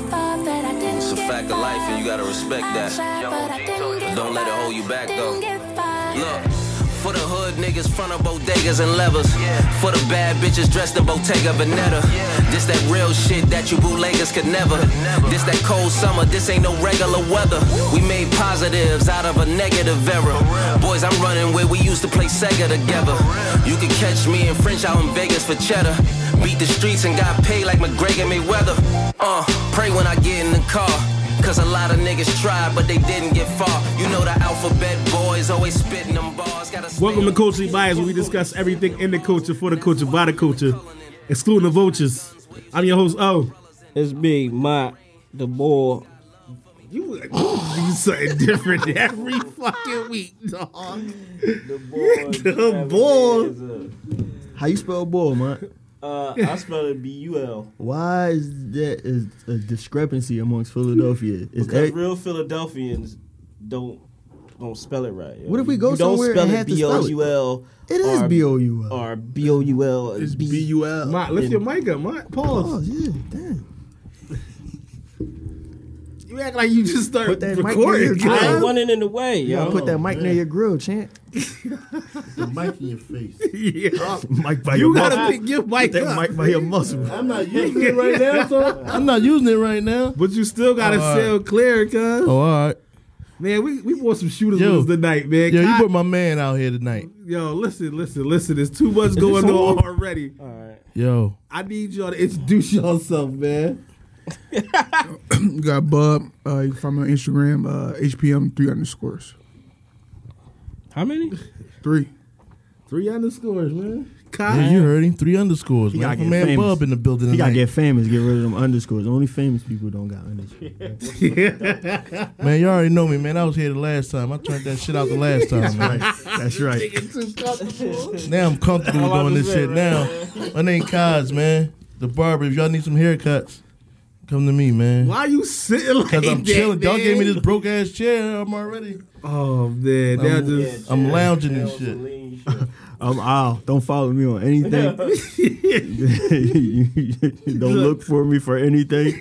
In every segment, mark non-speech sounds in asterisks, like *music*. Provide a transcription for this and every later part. It's a fact of life, and you gotta respect that. Don't let it hold you back, though. Look. For the hood niggas, front of bodegas and levers. For the bad bitches dressed in Bottega Veneta. This that real shit that you bootleggers could never. This that cold summer, this ain't no regular weather. We made positives out of a negative era. Boys, I'm running where we used to play Sega together. You could catch me in French out in Vegas for cheddar. Beat the streets and got paid like McGregor Mayweather. Uh, pray when I get in the car. Cause a lot of niggas tried, but they didn't get far. You know the alphabet boys always spitting them bars. Gotta stay Welcome to on- Culturally Bias, where we discuss everything in the culture, for the culture, by the culture, excluding the vultures. I'm your host, O. *laughs* It's me, my the boy. You you do something different *laughs* every fucking week, dog. The *laughs* boy. The boy. How you spell bull, man? Uh, I spell it B U L. Why is that is a discrepancy amongst Philadelphia? Is Because that, real Philadelphians don't don't spell it right. yo. What if we go you don't somewhere spell and it have to spell it? B-O-U-L It is or- B-O-U-L. Or B O U L. It's B U L. Mike, lift your mic up, Mike. oh Pause. yeah, damn. You act like you just started Put that mic near recording. your I ain't *laughs* Kyle. running in the way, You yo. gotta put that mic near your grill, champ. *laughs* The mic in *laughs* your face. Yeah. Mic by You gotta pick your mic up. by your muscle. I'm not using *laughs* it right now, so I'm not using it right now. But you still gotta All right. sell clear, cuz. Oh, all right. Man, we, we want some shooters Yo. loose tonight, man. Yo, you Kyle- put my man out here tonight. Yo, listen, listen, listen. There's too much going a on war? already. All right. Yo, I need y'all to introduce yourself, man. You got Bub. Uh, you can find me on Instagram, uh, HPM three underscores How many? three. Three underscores, man. Kyle, yeah, you heard him. Three underscores, He man. gotta My get man famous. Bub in the building You gotta tonight. get famous. Get rid of them underscores. Only famous people don't got *laughs* underscores. man, you already know me, man. I was here the last time. I *laughs* turned that shit out the last time, man. That's right. Now I'm comfortable I doing this understand, shit. Now, my name Cos, man. The barber. If y'all need some haircuts, come to me, man. why you sitting like Because I'm that, chilling. Y'all man? gave me this broke ass chair. I'm already. Oh man, that I'm- just I'm lounging That and was some shit. lean shit. *laughs* I'm Um, Al. Don't follow me on anything. *laughs* don't look for me for anything.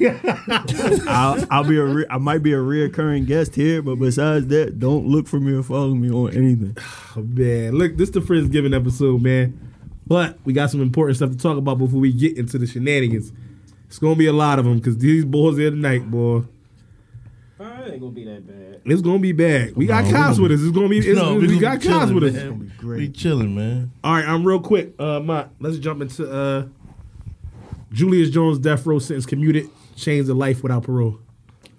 I'll, I'll be a re- I might be a reoccurring guest here, but besides that, don't look for me or follow me on anything. *laughs* Oh, man, look, this the Friendsgiving episode, man. But we got some important stuff to talk about before we get into the shenanigans. It's gonna be a lot of them because these boys here tonight, boy. All right, it ain't gonna be that bad. It's gonna be bad. We got No, we cops gonna- with us. It's gonna be. It's, *laughs* No, we, gonna be got cops chilling, with us. man. It's gonna be great. We chilling, man. All right, I'm real quick. Uh, my let's jump into uh, Julius Jones death row sentence commuted, changed to life without parole.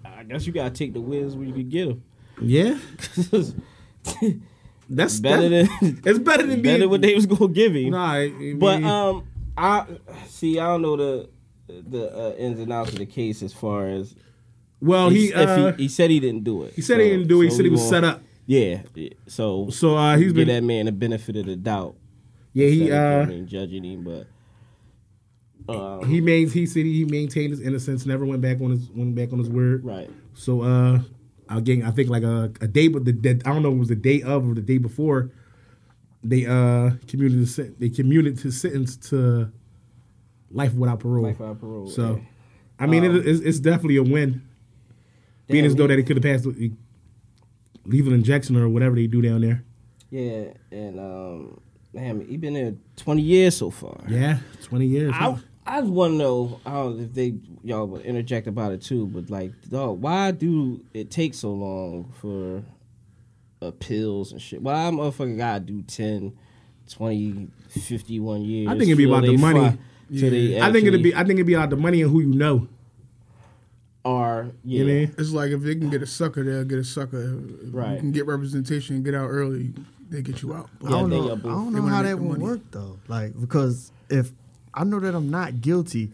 I guess you gotta take the wins where you can get *laughs* them. Yeah, that's better that- than *laughs* It's better than better being. what they was gonna give him. nah, I mean, But um, I see. I don't know the the uh, ins and outs of the case as far as well, he, he, if uh, he he said he didn't do it. he said he didn't do it. He said he was set up. Yeah. yeah. So So uh, he's give been that man the benefit of the doubt. yeah he Instead of, I uh, mean, judging him, but um, he main he said he maintained his innocence, never went back on his went back on his word. right. So uh, again, I think like a a day, but the the- I don't know if it was the day of or the day before. They uh commuted his sen- they commuted his sentence to life without parole. Life without parole, So, yeah. Um, I mean, it, it's, it's definitely a win. Being as though that he could have passed the lethal injection or whatever they do down there. Yeah, and um, damn, he been there twenty years so far. Yeah, twenty years. huh? I I want to know I don't know if they y'all will interject about it too, but like, dog, why do it take so long for appeals and shit? Why motherfucker gotta do 10, 20, 51 years? I think it'd be till about they the money. fi- till they I think it'd be actually I think it'd be out the money and who you know. are yeah, You know what I mean? It's like if they can get a sucker, they'll get a sucker. If Right. You can get representation and get out early, they get you out. I Yeah, don't they know. I got both. don't They know wanna how make that the would money. work though. Like because if I know that I'm not guilty,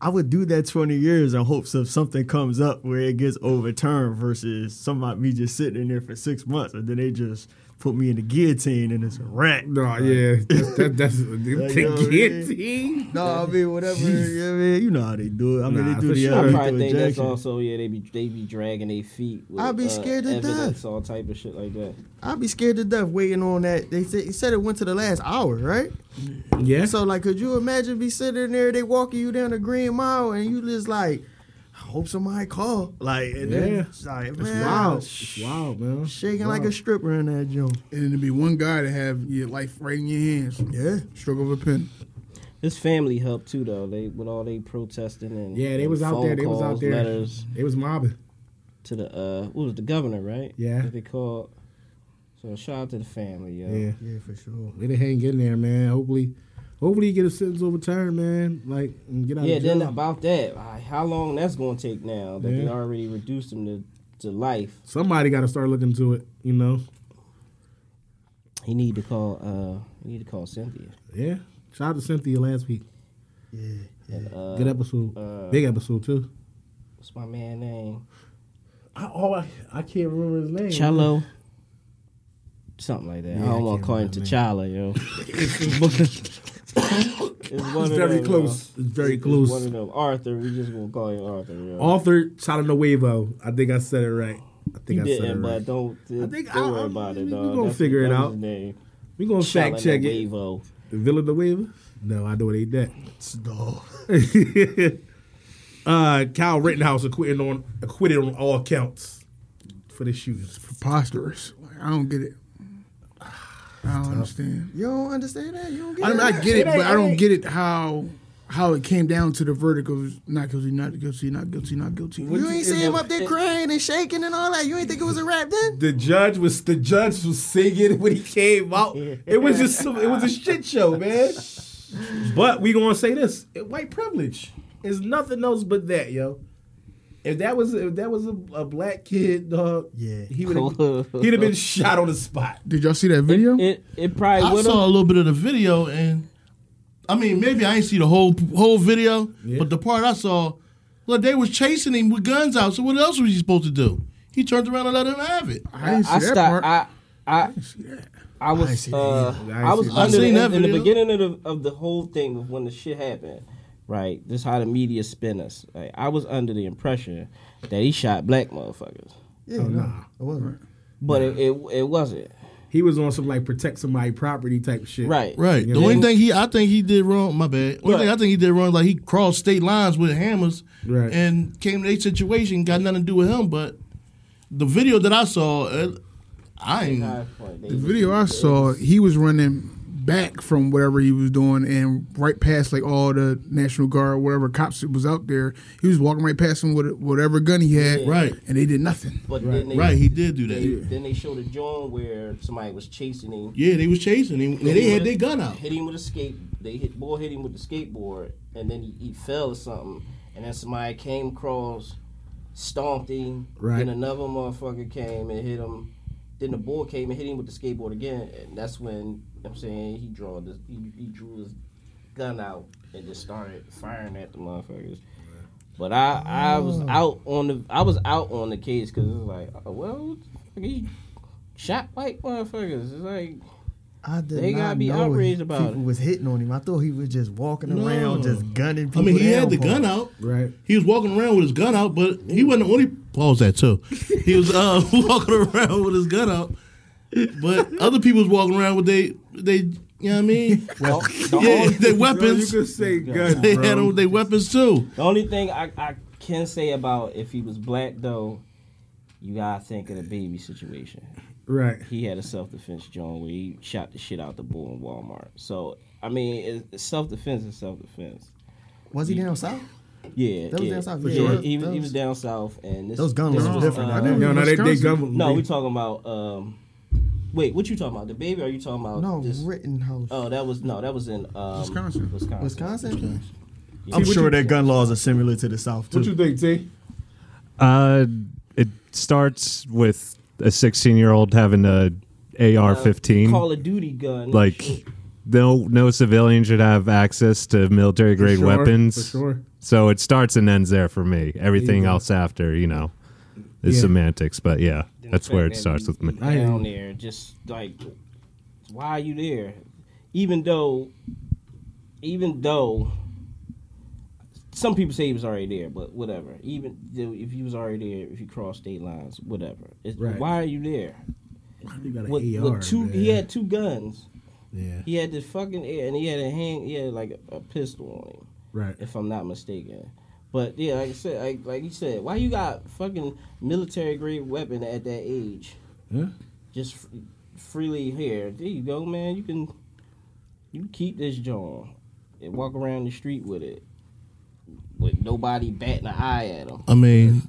I would do that 20 years in hopes of something comes up where it gets overturned versus somebody me just sitting in there for six months and then they just put me in the guillotine and it's a wrap. No, yeah, that's that, *laughs* that's you know what I mean? guillotine. No, I mean whatever. you know what I mean, you know how they do it. I mean Nah, they do for the sure. I other probably think that's injection. also yeah they be they be dragging their feet. With, I'd be uh, scared to evidence, death. All type of shit like that. I'd be scared to death waiting on that. They said, he said it went to the last hour, right? Yeah. So like, could you imagine be sitting there? They walking you down the Green Mile, and you just like, I hope somebody call. Like, and Yeah. then it's like, man, Wow, wow, man. shaking like Wow. a stripper in that gym. And it'd be one guy to have your life right in your hands. Yeah, Stroke of a pen. This family helped too, though. They with all they protesting and Yeah, they was and out there. phone They was out calls, there. Letters It was mobbing. to the uh, what was it, the governor, right? Yeah. that they called. So shout out to the family, yo. Yeah, yeah, for sure. they didn't hang in there, man. Hopefully, hopefully, you get a sentence overturned, man. Like, and get out. Yeah, of then jail. about that, like, how long that's gonna take now that they Yeah. already reduced him to, to life? somebody got to start looking to it. You know. He need to call. Uh, he need to call Cynthia. Yeah. Shout out to Cynthia last week. Yeah, And, uh, Good episode. uh, Big episode too. What's my man name? I, oh, I, I can't remember his name. *laughs* Cello. Something like that. I Yeah, I don't want can't to call him remember his *laughs* T'Challa, yo. it's one It's of very them, close. yo. It's very It's One close. of them. Arthur. We just gonna call him Arthur. Yo. Author Shout out to Nuevo. I think I said it right. I think you I said it didn't, right. but don't. I think think I- don't worry I- about we- it, we dog. gonna figure it out. We're gonna fact check it. Wavo. Villain the Weaver? No, I know it ain't it's dog. that. *laughs* uh Kyle Rittenhouse acquitted on acquitted on all counts for the shootings. Preposterous. Like, I don't get it. I don't understand. You don't understand that? You don't get I mean, it? I get it, It ain't- but I it don't ain't- get it how how it came down to the verdict of not guilty, not guilty, not guilty, not guilty. you ain't see him up there crying and shaking and all that. You ain't think it was a rap then? The judge was the judge was singing when he came out. It was just some- it was a shit show, man. But we gonna say this: white privilege is nothing else but that, yo. If that was if that was a, a black kid, dog, Yeah. he would he'd have been shot on the spot. Did y'all see that video? It it probably I would saw a have. little bit of the video, and I mean, maybe I ain't see the whole whole video, Yeah. but the part I saw, look, they was chasing him with guns out. So what else was he supposed to do? He turned around and let him have it. I didn't see I that part. stopped. I I see that. I ain't was seen it uh, either. I ain't I was seen it. I under seen in, that in the video. beginning of the, of the whole thing of when the shit happened, right? This how the media spin us. Like, I was under the impression that he shot black motherfuckers, Yeah, no, it wasn't. but it, it it wasn't He was on some like protect somebody property type shit. right. Right. The Yeah. only thing he, I think he did wrong. My bad. Only Right. thing I think he did wrong, like he crossed state lines with hammers, Right. and came to a situation got nothing to do with him. But the video that I saw, uh, I High ain't. point. They The was- video I saw, he was running back from whatever he was doing and right past like all the National Guard, whatever cops that was out there. He was walking right past them with whatever gun he had, Yeah. Right. And they did nothing. But then they, Right. He did do They, that. Then they showed a joint where somebody was chasing him. Yeah, they was chasing him. And they hit had him their with- gun out. Hit him with a skate. They hit boy hit him with the skateboard, and then he, he fell or something. And then somebody came across, stomped him. Right. Then another motherfucker came and hit him. Then the boy came and hit him with the skateboard again, and that's when I'm saying he draw the he, he drew his gun out and just started firing at the motherfuckers. But I I was Oh. out on the I was out on the case because it was like oh, well he shot white motherfuckers. It's *laughs* like I did They not gotta be know outraged about people it. was hitting on him. I thought he was just walking No. around, just gunning people. I mean, he down had the for him. gun out. Right. He was walking around with his gun out, but he wasn't the only. Pause that too. He was uh, *laughs* walking around with his gun out, but other people was walking around with they they. You know what I mean? yeah, they weapons. You could say *laughs* gun, They had bro. on they weapons too. The only thing I, I can say about if he was black though, you gotta think of the baby situation. Right. He had a self defense joint where he shot the shit out the bull in Walmart. So I mean, it's self defense is self defense. Was he down south? Yeah, That was yeah. down south, Yeah, yeah. he, was, Those- he was down south, and this, Those guns this was different. uh, I No, no, they, they Wisconsin. gun. no, they- we talking about. Um, wait, what you talking about? The baby? Or are you talking about? No, this- Rittenhouse. Oh, that was no, that was in um, Wisconsin. Wisconsin. Wisconsin? See, I'm what sure you- their gun laws are similar to the South, too. What you think, T? Uh, it starts with a 16 year old having a AR-15. Call of Duty gun. like, no, no civilian should have access to military grade For sure, weapons. For sure. So it starts and ends there for me. Everything go. else after, you know, is Yeah. semantics. But yeah, Then that's the where fact it that starts you with me. I hear Down there, just like, why are you there? Even though, even though, some people say he was already there, but whatever. Even though if he was already there, if you cross state lines, whatever. It's, Right. Why are you there? You got an With, AR, with two, man. he had two guns. yeah. He had this fucking, and he had a hand, he had like a, a pistol on him, Right. if I'm not mistaken. But yeah, like I said, like, like you said, why you got fucking military grade weapon at that age? Yeah. Just f- freely here. There you go, man. You can you can keep this John and walk around the street with it, with nobody batting an eye at him. I mean,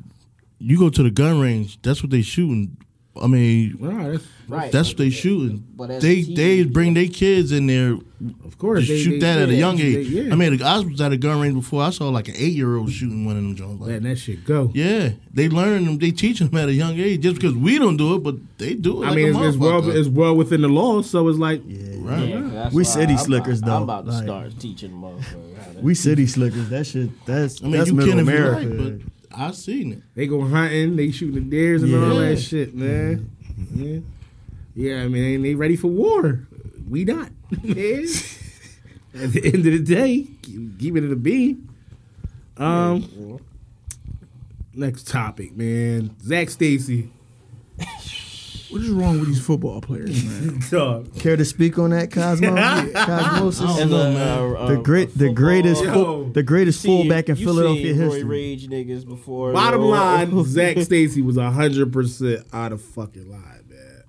you go to the gun range. That's what they shooting. I mean, Well, all right, that's, Right. that's what but- they shooting. but as they a they teenager- bring their kids in there. of course. Just they- shoot they- that at a yeah, young they- age. yeah. I mean, I was at a gun range before. I saw like an eight year old shooting one of them joints. Like, letting that shit go. yeah, they learning them. They teaching them at a young age just because we don't do it, but they do it. I like mean, a it's, it's well, motherfucker. it's well within the law, so it's like, right. Yeah, that's We why city I'm slickers, about- I'm though. about to Like- start teaching motherfuckers how to We city slickers. That shit. That's I mean, that's you middle can if America. you like, but I seen it. They go hunting, they shooting the deers and all Yeah. that shit, man. Mm-hmm. Yeah. Yeah, I mean, they ready for war. We not, *laughs* man. At the end of the day, keep keep it at a B. Um, next topic, man. Zach Stacy. What is wrong with these football players, man? *laughs* Dog. Care to speak on *laughs* that, Cosmo? Cosmosis. And know, a- man. a- a- The great, the a greatest, football- full, the greatest See, fullback in you Philadelphia seen Roy history. Rage niggas before. *laughs* Bottom yo. line, Zach Stacy was hundred percent out of fucking line, man.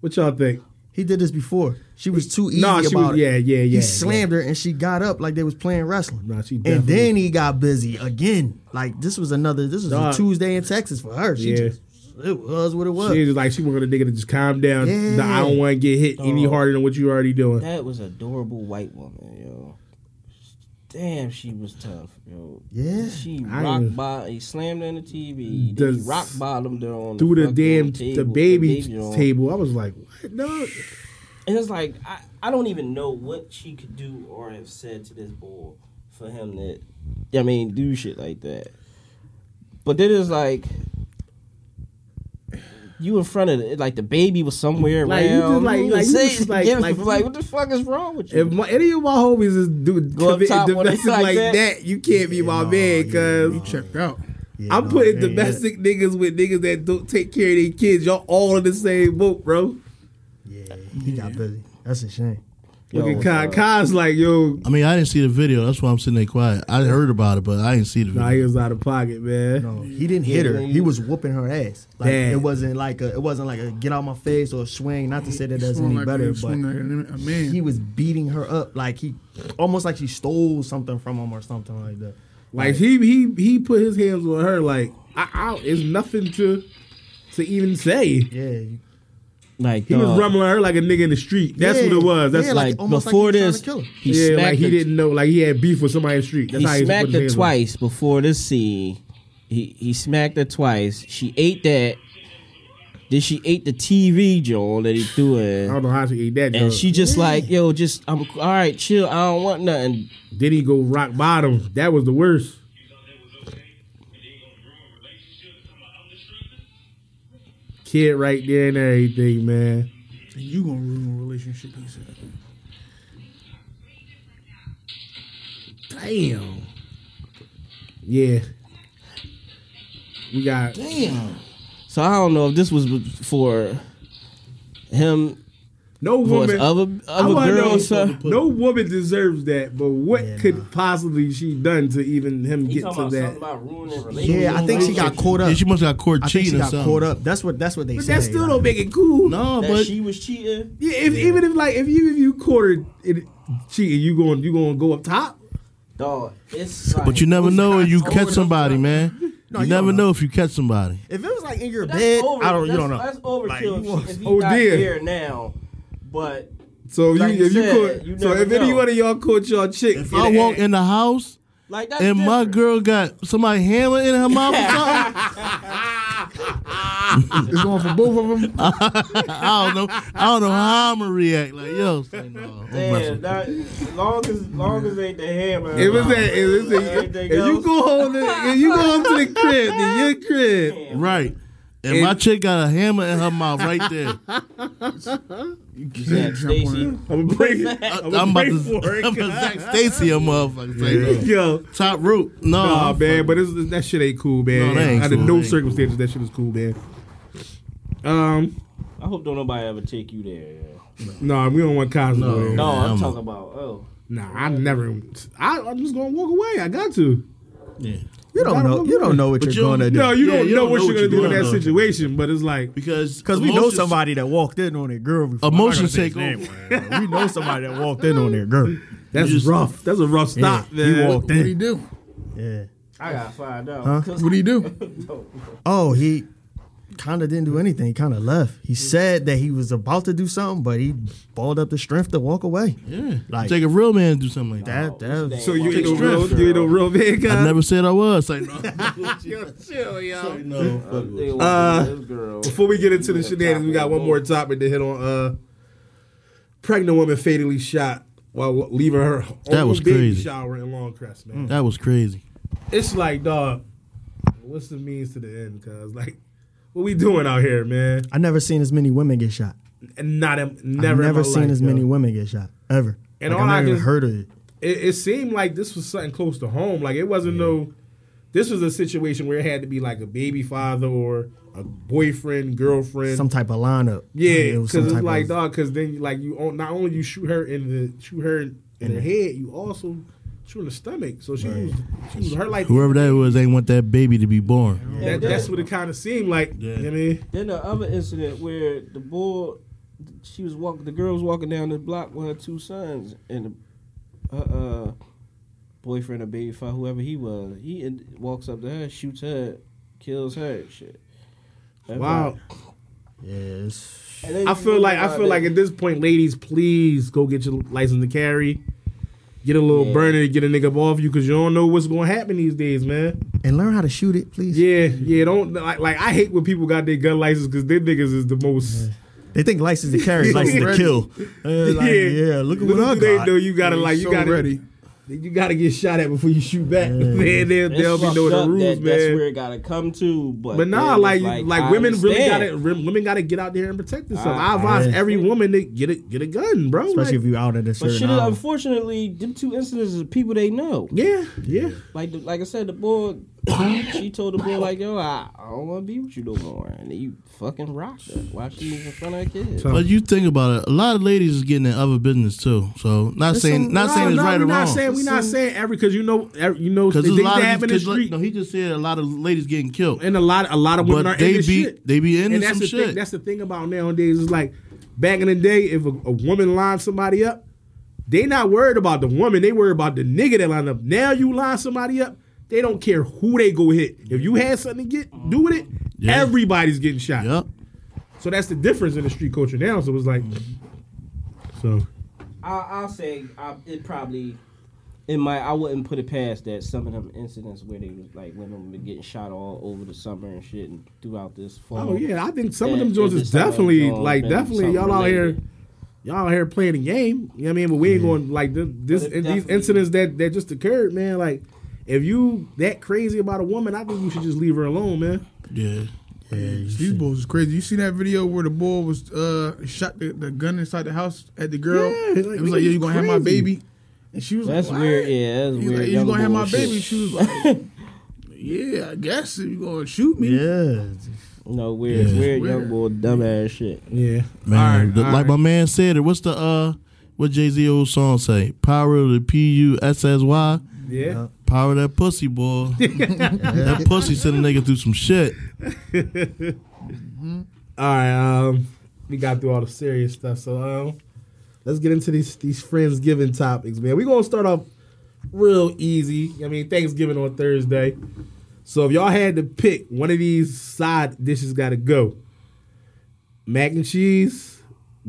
What y'all think? He did this before. She was too easy Nah, she about was- it. yeah, yeah, yeah, He slammed her and she got up like they was playing wrestling. Nah, she and definitely- then he got busy again. Like this was another. This was Dog. a Tuesday in Texas for her. She Yeah. just it was what it was. She was like, she wanted a nigga to just calm down. Yeah. Nah, I don't want to get hit any Dog. harder than what you already doing. That was adorable white woman, yo. Damn, she was tough, yo. Yeah. she I rock ain't- bottom. He slammed her in the TV. Then he Does- rock bottomed her on through the, the fucking damn table, the baby on. table. I was like, what? No. And it's like I, I don't even know what she could do or have said to this boy for him to, I mean, do shit like that. But then it's like you in front of the, like the baby was somewhere Like, you around. just like- You like, you say- just like- yeah, like- like, what the fuck is wrong with If you? my, any of my homies is do Go up committing top when it's domestic like, like that, that. you can't be my man because Checked out. Yeah, I'm no, putting man, yeah. domestic niggas with niggas that don't take care of their kids. Y'all all in the same boat, bro. Yeah, he got busy. That's a shame. Look Yo, at Kai. uh, Kai's like, yo, I mean, I didn't see the video. That's why I'm sitting there quiet. I heard about it, but I didn't see the video. nah, he was out of pocket, man. No, he didn't hit her. He was whooping her ass. Like Damn. it wasn't like a, it wasn't like a get out my face or a swing. Not to say that that's Swung any like better, a, but swung like a, a man. he was beating her up like he almost like she stole something from him or something like that. Like he he he put his hands on her. Like, I, I it's nothing to to even say. Yeah, you- like He was dog, rumbling her like a nigga in the street. That's Yeah, what it was. That's yeah, like, like, almost like he before was trying this. to kill her. He yeah, smacked like he her didn't know, like he had beef with somebody in the street. That's how he he smacked put his her hands on twice before this scene. He he smacked her twice. She ate that. Then she ate the TV, Joel, that he threw I her. don't know how she ate that. And dog. she just like, yo, just I'm all right, chill. I don't want nothing. then he go rock bottom. That was the worst. Kid right there and everything, man. And you gonna ruin a relationship, he said. Damn. Yeah. We got So I don't know if this was for him no for his woman. other I other wanna know- girls. sir. no woman deserves that, but what Yeah, could nah. possibly she done to even him get to that? about ruining Yeah, I think she got caught Yeah, up. she must have got caught I think she cheating or got something. caught up. That's what that's what they But said. that still don't make it cool. No, that but she was cheating. Yeah, if, even if like if you if you quartered it cheating, you going you going to go up top. Dog, it's like, but you never know if you catch somebody, man. you you never don't know if you catch somebody. If it was like in your That's bed, over- I don't. You that's- don't know. That's overkill. Like, if you she- if he Oh, not dear. here now, but So Like you you if you said, caught you so never if any know. one of y'all caught y'all chick, If I walk in the house like that's and my different. girl got somebody hammer in her mouth or something, It's going for both of them. I don't know. I don't know how I'm gonna react. Like, yo, say no, I'm Damn, messing. that, long as long as ain't the hammer. If it's that, if, it's a, Everything if you else. go home, to, if you go home to the crib, to your crib, right. And my chick got a hammer in her mouth right there. yeah, Stacey, I'm gonna break. I'm, I'm, about break to, for it. *laughs* I'm gonna Zach Stacy a motherfucker. Say no. Yo, Top root. No, nah, I'm man, but it's, that shit ain't cool, man. No, that ain't Under cool. no That ain't circumstances, that shit was cool, man. Um, I hope don't nobody ever take you there. yeah. no, we don't want Cosmo. No. there. No, I'm, I'm- talking about oh, Nah, I never. I, I'm just gonna walk away. I got to. Yeah. You don't know. You don't know what But you're you- gonna do. No, you Yeah, don't you know don't what know you're what gonna you do in don't that know. situation, but it's like Because Because we know emotions- somebody that walked in on their girl. Before. I'm not gonna Emotions say his take name over. right now. We know somebody that walked in on their girl. that's just- rough. That's a rough stop, Yeah, man. He walked What do you in. do? Yeah. I gotta find out. Huh? 'cause- What do you do? Oh, he kind of didn't do anything. He kind of left. He said that he was about to do something, but he balled up the strength to walk away. Yeah. Like- take a real man to do something like Oh, that. That that was, So you ain't no Take real, strength, you ain't no real *laughs* big I guy. never said I was. *laughs* Like, no. yo. no, fuck They with want Uh, this girl. Before we get into the With a shenanigans, we got couple one more of topic to hit on. Uh, pregnant woman fatally shot while leaving her That own was baby crazy. Mm. shower in Longcrest, man. it. That was crazy. It's like, dog, what's the means to the end? Cause like, what we doing out here, man? I never seen as many women get shot. And not in, never, Never, I've in my never seen life, as yo. many women get shot ever. And like, all I I never can- even heard of it. It, it seemed like this was something close to home. Like it wasn't no. This was a situation where it had to be like a baby father or a boyfriend, girlfriend, Some type of lineup. Yeah, it was some because it's type like of- dog. Because then, like you, on, not only you shoot her in the shoot her in the head, you also shoot in the stomach. So she was, she was her like Whoever that was, they want that baby to be born. that, that's what it kind of seemed like. You know what I mean, Then the other incident where the boy, she was walking, the girl was walking down the block with her two sons, and the, her uh, boyfriend or baby father, whoever he was, he in, walks up to her, shoots her, kills her, and shit. That's wow. Yeah, it's- like- and then I you feel wonder like I why feel they- like at this point, ladies, please go get your license to carry. Get a little Yeah. burner to get a nigga up off you because you don't know what's going to happen these days, man. and learn how to shoot it, please. Yeah, yeah. Don't like like I hate when people got their gun license because their niggas is the most. They think license to carry, is license to Ready. kill. Uh, like, yeah. look at what I do they got. know you gotta like you so gotta ready. You gotta get shot at before you shoot back. *laughs* man, they, it's they'll be fucked knowing the up rules, that, That's where man. it gotta come to, but But nah, then like it's like, I women really understand. gotta rem- women gotta get out there and protect themselves. I- I, advise I- every woman to get a get a gun, bro. Especially if Like, you out at a But shit, certain hour. unfortunately, them two incidents is people they know. yeah, yeah. Like, the, like I said, the boy, she told the boy, like, yo, I, I don't want to be with you no more. And then you fucking rocked her while she was in front of her kids. But you think about it, a lot of ladies is getting in other business too. So not saying some- not No, saying it's no, right we or not wrong. saying we not saying every because you know every, you know Because things there's a lot that of happen in the because, like, street no, he just said a lot of ladies getting killed. and a lot a lot of women are but they in be this shit. they be into and that's some the shit. thing. That's the thing about nowadays is like back in the day, if a, a woman lined somebody up, they not worried about the woman. They worried about the nigga that lined up. Now you line somebody up, they don't care who they go hit. If you had something to get do with it, Yeah. everybody's getting shot. yep. So that's the difference in the street culture now. So it's like, so I, I'll say I, it probably, in my, I wouldn't put it past that some of them incidents where they was like women were getting shot all over the summer and shit and throughout this fall. oh yeah, I think some of Yeah, them joints it's is Um, just something definitely wrong, like man, definitely something y'all out here. related. Y'all out here playing the game. You know what I mean? But we ain't going like th- this. But it and these definitely- incidents that that just occurred, man. Like, if you that crazy about a woman, I think you should just leave her alone, man. Yeah. These bulls is crazy. You see that video where the boy was uh shot the, the gun inside the house at the girl? Yeah, like, it was like, yeah, niggas you gonna have my crazy. baby? And she was That's like, weird. "What?" Yeah, that's He's weird. like, you Young gonna have my bullshit. baby? She was like, yeah, I guess if you gonna shoot me. Yeah. No, weird, Yeah. weird, young Weird. boy, dumbass shit. Yeah. Man, Alright, the- alright. like my man said, it. What's the uh, what Jay Z old song say? Power of the P U S S Y. Yeah. Power of that pussy boy. *laughs* that pussy sent a nigga through some shit. All right. Um, we got through all the serious stuff, so um, let's get into these these friendsgiving topics, man. We gonna start off real easy. I mean, Thanksgiving on Thursday. So if y'all had to pick one of these side dishes, gotta go. Mac and cheese,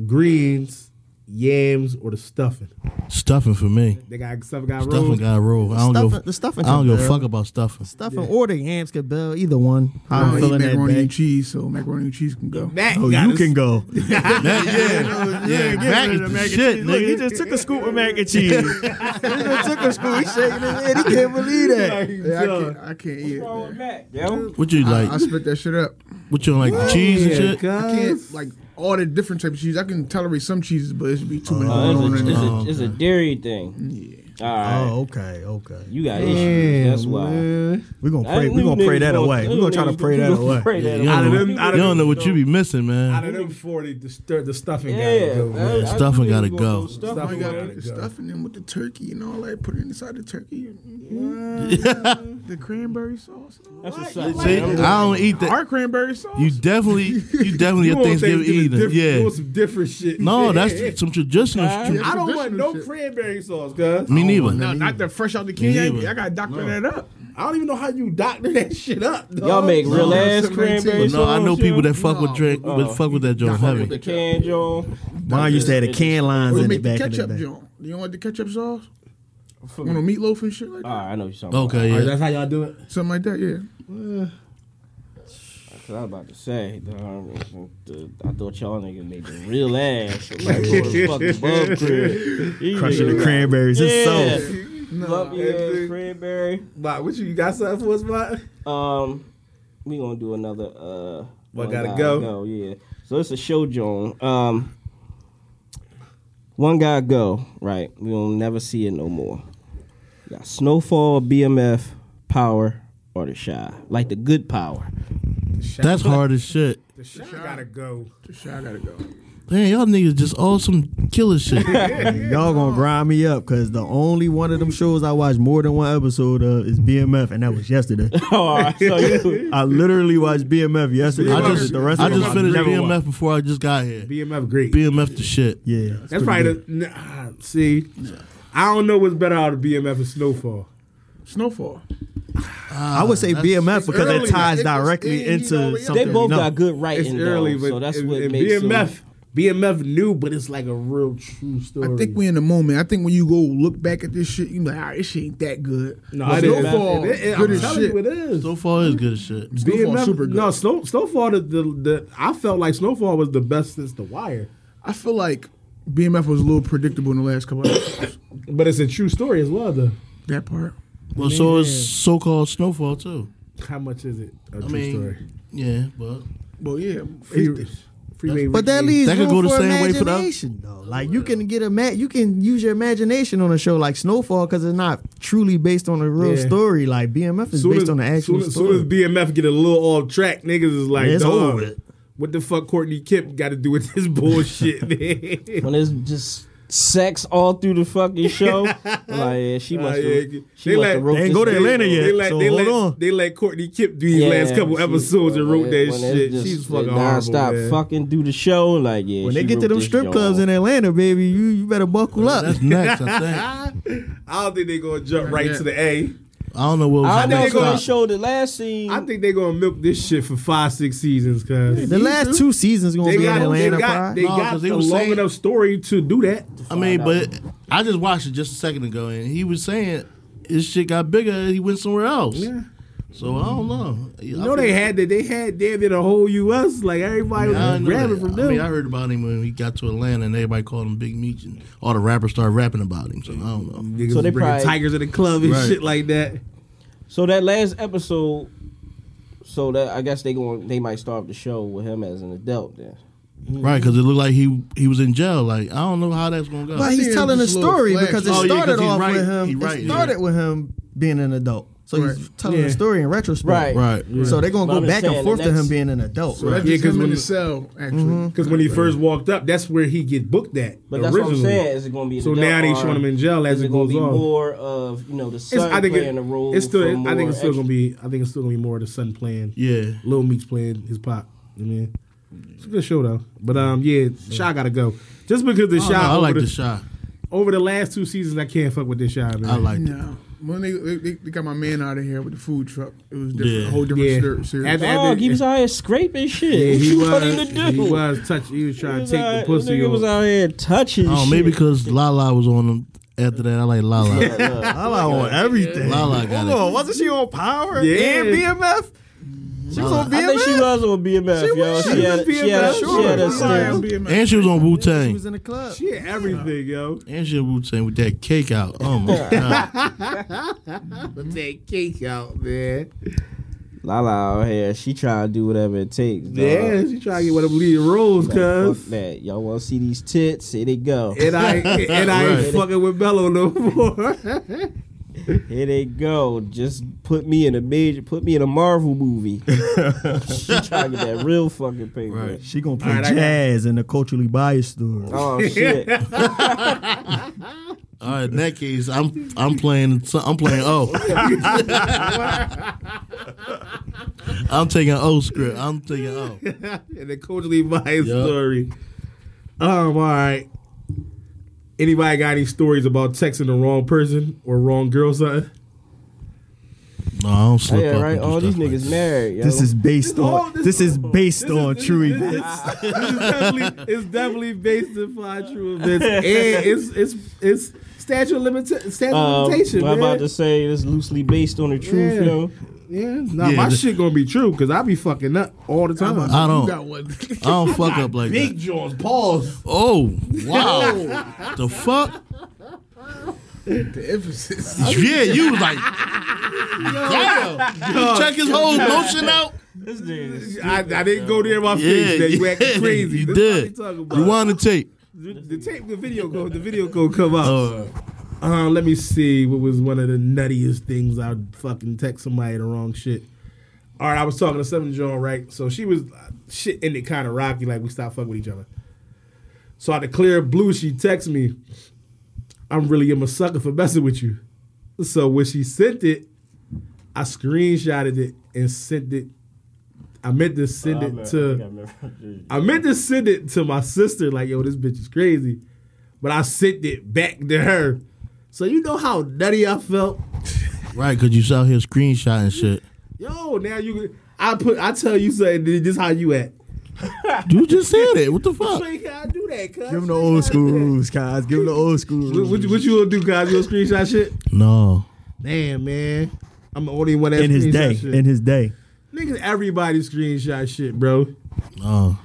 greens, yams, or the stuffing. Stuffing for me. They got stuffing got Stuffing rolls. got rolled. I don't Stuffing- go. the stuffing I don't can give a go. fuck about stuffing. Stuffing or the yams could bell, either one. How I I'm don't eat feeling that macaroni and day. cheese, so macaroni and cheese can go. Mac Oh, got you a- can *laughs* go. yeah, yeah. Mac is the shit, Look, he nigga. just took a scoop of *laughs* mac and cheese. he just took a scoop. *laughs* He shaking his head. *laughs* He *laughs* can't believe that. Yeah, I can't, I can't eat it. man. Yo, What you I, I like? spit that shit up. What you like? Cheese and shit. I can't like all the different types of cheese. I can tolerate some cheeses, but it should be too many going oh, on it's, in a, it's, there. Oh, a, it's a dairy thing. Yeah. All right. Oh, okay, okay. You got issues. That's why. We're gonna I pray. knew We're gonna pray niggas that gonna- away. I We're knew gonna try to niggas pray that gonna away. pray that You away. Out of don't, them- know, out of you don't know them- what you be missing, Out man. of them forty, the, stir, the stuffing Yeah, gotta go. I- I Man. Stuffing knew you gotta was gonna throw go. stuffing Stuffing You gotta gotta away. put the stuff in them with the turkey and all that. Put it inside the turkey. *laughs* the cranberry sauce. That's what's See, up. I don't eat that. Our cranberry sauce. You definitely, you *laughs* definitely You a want Thanksgiving Thanksgiving eater. diff- you Yeah. want some different shit. No, that's some traditional. Nah. I don't want no Shit. cranberry sauce, cuz. Me neither. No, Uh, not the fresh out the can. Me neither. I got to doctor that up. I don't even know how you doctor that shit up. Dog. Y'all make real No, ass seven eighteen. But cranberry no, I sauce, know people yo? that fuck with drink, but fuck with that joint heavy. the can Joe. Mine used to have the can lines Or you in it make the back in the ketchup, day. John. You don't like the ketchup sauce? On a meatloaf and shit Uh. like that? All right, I know what you're talking Okay, All right, yeah. that's how y'all do it. Something like that, yeah. about. 'Cause I was about to say, the, uh, the, I thought y'all niggas made the real ass. Like, fucking *laughs* bug crib. You Crushing niggas the cranberries like, itself. Yeah. Lumpy ass cranberry. Bot, what you, you got something for us, Bot? Um, we gonna do another. Uh, What one gotta guy go? Yeah. So it's a show, Joan. Um, one guy go. Right. We will never see it no more. We got Snowfall, BMF, Power, or the Shy. Like the good Power. *laughs* That's hard as shit. The shot gotta go. The shit, I gotta go. Man, y'all niggas just all some killer *laughs* shit. Y'all gonna grind me up because the only one of them shows I watched more than one episode of is BMF, and that was yesterday. Oh, all right, so you, I literally watched BMF yesterday. I but just, the rest I of them just finished never watched. BMF before I just got here. BMF great. BMF the shit. Yeah, That's probably the. Nah, see, I don't know what's better out of BMF and Snowfall. Snowfall. I would say BMF because early. it ties It's- directly it's- it's into already up something. they there. both No. got good It's writing. early, though, but um, so that's and- what and makes them- BMF. BMF new, but it's like a real true story. I think we in the moment. I think when you go look back at this shit, you be like, all right, this shit ain't that good. No, But it is. Snowfall, It- it- good I'm as telling shit. you, it is. So far, it's good as shit. Snowfall BMF, super good. No, Snow, Snowfall. The, the the I felt like Snowfall was the best since The Wire, I feel like BMF was a little predictable in the last couple of episodes. *coughs* but it's a true story as well. Though, That part. Well, so is so-called Snowfall too. how much is it? A I true story. mean, yeah, but Well, yeah. Free, Freeway But that Ricky. leaves That could room go the for same way for the- imagination, though. Like you can get a mat, you can use your imagination on a show like Snowfall because it's not truly based on a real Yeah. story. Like BMF is Soon based as- on an actual soon, as- story. Soon as BMF get a little off track, niggas is like, Yeah, it's "Dawg, over with." What the fuck, Courtney Kip got to do with this *laughs* bullshit, man? when it's just sex all through the *laughs* fucking show. like yeah, she must have. yeah. she They must like- have wrote They ain't this go to shit. Atlanta yet, They let, so they, hold let, on. they let Courtney Kip do these Yeah, last couple she- episodes and when wrote it- that when shit. it's just- She's it fucking nonstop horrible, man. fucking do the show. Like yeah, when she they get to wrote them this strip joint. clubs in Atlanta, baby, you you better buckle up. that's next. I think. I don't think they gonna jump right Yeah. to the A. I don't know what was I I know they're next. gonna up. show the last scene. I think they gonna milk this shit for five, six seasons, cause the last two seasons gonna they be got, in they Atlanta. got, probably. they No, got 'cause they a was long saying- enough story to do that. I mean, but I just watched it just a second ago, and he was saying his shit got bigger. and He went somewhere else. So I don't know. You know they had that. They had damn near the whole U.S. Like everybody I, was know grabbing that. from I them. mean, I heard about him when he got to Atlanta, and everybody called him Big Meech, and all the rappers started rapping about him. So I don't know. Niggas So was they bringing probably- tigers in the club and Right. shit like that. so that last episode. So that I guess they going they might start the show with him as an adult then. Right, because it looked like he he was in jail. Like I don't know how that's gonna go. But I he's think telling a it's a little story flash. because it Oh, yeah, 'cause started he's off right. with him. He right, it yeah. started with him being an adult, so he's Right. telling Yeah. a story in retrospect. Right. Yeah. So they're gonna But go I'm back saying and the forth to him next- being an adult. So that's Yeah, yeah, 'cause because when when the Mm-hmm. it- cell, actually. Because when he first walked up, that's where he get booked at. But that's originally. what I'm saying. Is it gonna be an So adult now they or showing him in jail as is it it gonna goes be on. more of you know the son It's, I think playing it, the role? it's for still. I more think it's still extra- gonna be. I think it's still gonna be more of the son playing. yeah, Lil Meek's playing his pop. I mean, it's a good show though. But um, yeah, Shy gotta go. Just because the I, don't know. Shy, Oh, I over, like the, the shot. over the last two seasons, I can't fuck with this Shy. Man. I like it. No. When they, they, they got my man out of here with the food truck, it was different. Yeah. A whole different Yeah. ser- series. At the- at Oh, the- he was out here scraping shit. Yeah, he what you was. want him to He do? was touch. He was trying to was take out- the pussy. nigga was off. out here touching Oh, shit. maybe because Lala was on him. After that, I like Lala. I like on everything. Lala got Hold it. on, wasn't she on Power Yeah. and BMF? She was on BMF. I think she was on BMF, She yo. was. She had, she had, Oh, Sure. she had a I'm sorry, stint. And she was on Wu She Tang. was in the club. She had everything, yo. And she Wu Tang with that cake out. Oh my god. But that cake out, man. Lala out here, she trying to do whatever it takes. dog. Yeah, she trying to get one of them lead roles, Like, fuck cuz. that. Y'all want to see these tits? Here they go. And *laughs* I and I ain't Right. fucking with Mello no more. *laughs* Here they go. Just put me in a major, put me in a *laughs* Marvel movie. she trying to get that real fucking paper. Right. She gonna play All right, I got- *laughs* jazz in the culturally biased store. Oh shit! All right, in that case, I'm I'm playing so I'm playing O. I'm taking O script. I'm taking O. and then Coach Levi's Yup. story. Um, all right. Anybody got any stories about texting the wrong person or wrong girl? or Something. No, I don't slip Yeah, up. right. and do All these stuff like niggas that. married. Yo. This is based all- on this this is based This is- on this true is- events. *laughs* This is definitely, it's definitely based upon true events, and it's it's it's statute of limita- statute of Um, Uh, limitation. I'm man. about to say it's loosely based on the truth, Yeah. yo. yeah, nah, Yeah, Uh, my the- shit gonna be true because I be fucking up all the time. I don't. You got one. I *laughs* don't fuck up like that. Jaws, pause. Oh *laughs* wow, the fuck? the emphasis. Yeah, you *laughs* was like, damn. You check his whole motion *laughs* out. This nigga is I, I didn't go there in my face. Yeah, that you yeah, acting crazy. *laughs* you This did. What I'm talking about. You want to tape? the, the tape, the video go, the video go come out. Uh, Uh, let me see. What was one of the nuttiest things I would fucking text somebody the wrong shit? All right, I was talking to Seven John, right? So she was uh, shit ended kind of rocky, like we stopped fucking with each other. So out of clear blue, she texts me, "I'm really am a sucker for messing with you." So when she sent it, I screenshotted it and sent it. I meant to send it to. I meant to send it to my sister, like, yo, this bitch is crazy. But I sent it back to her. So you know how nutty I felt? right, because you saw his screenshot and shit. Yo, now you I put I tell you something, this is how you act. You just said *laughs* it. What the fuck? So you gotta do that, cuz. Give them the old school rules, guys. Give them the old school What, rules. what, you- what you gonna do, guys? You gonna screenshot shit? No. Damn, man. I'm the only one that in his screenshot day, Shit. in his day. Niggas, everybody screenshot shit, bro. No.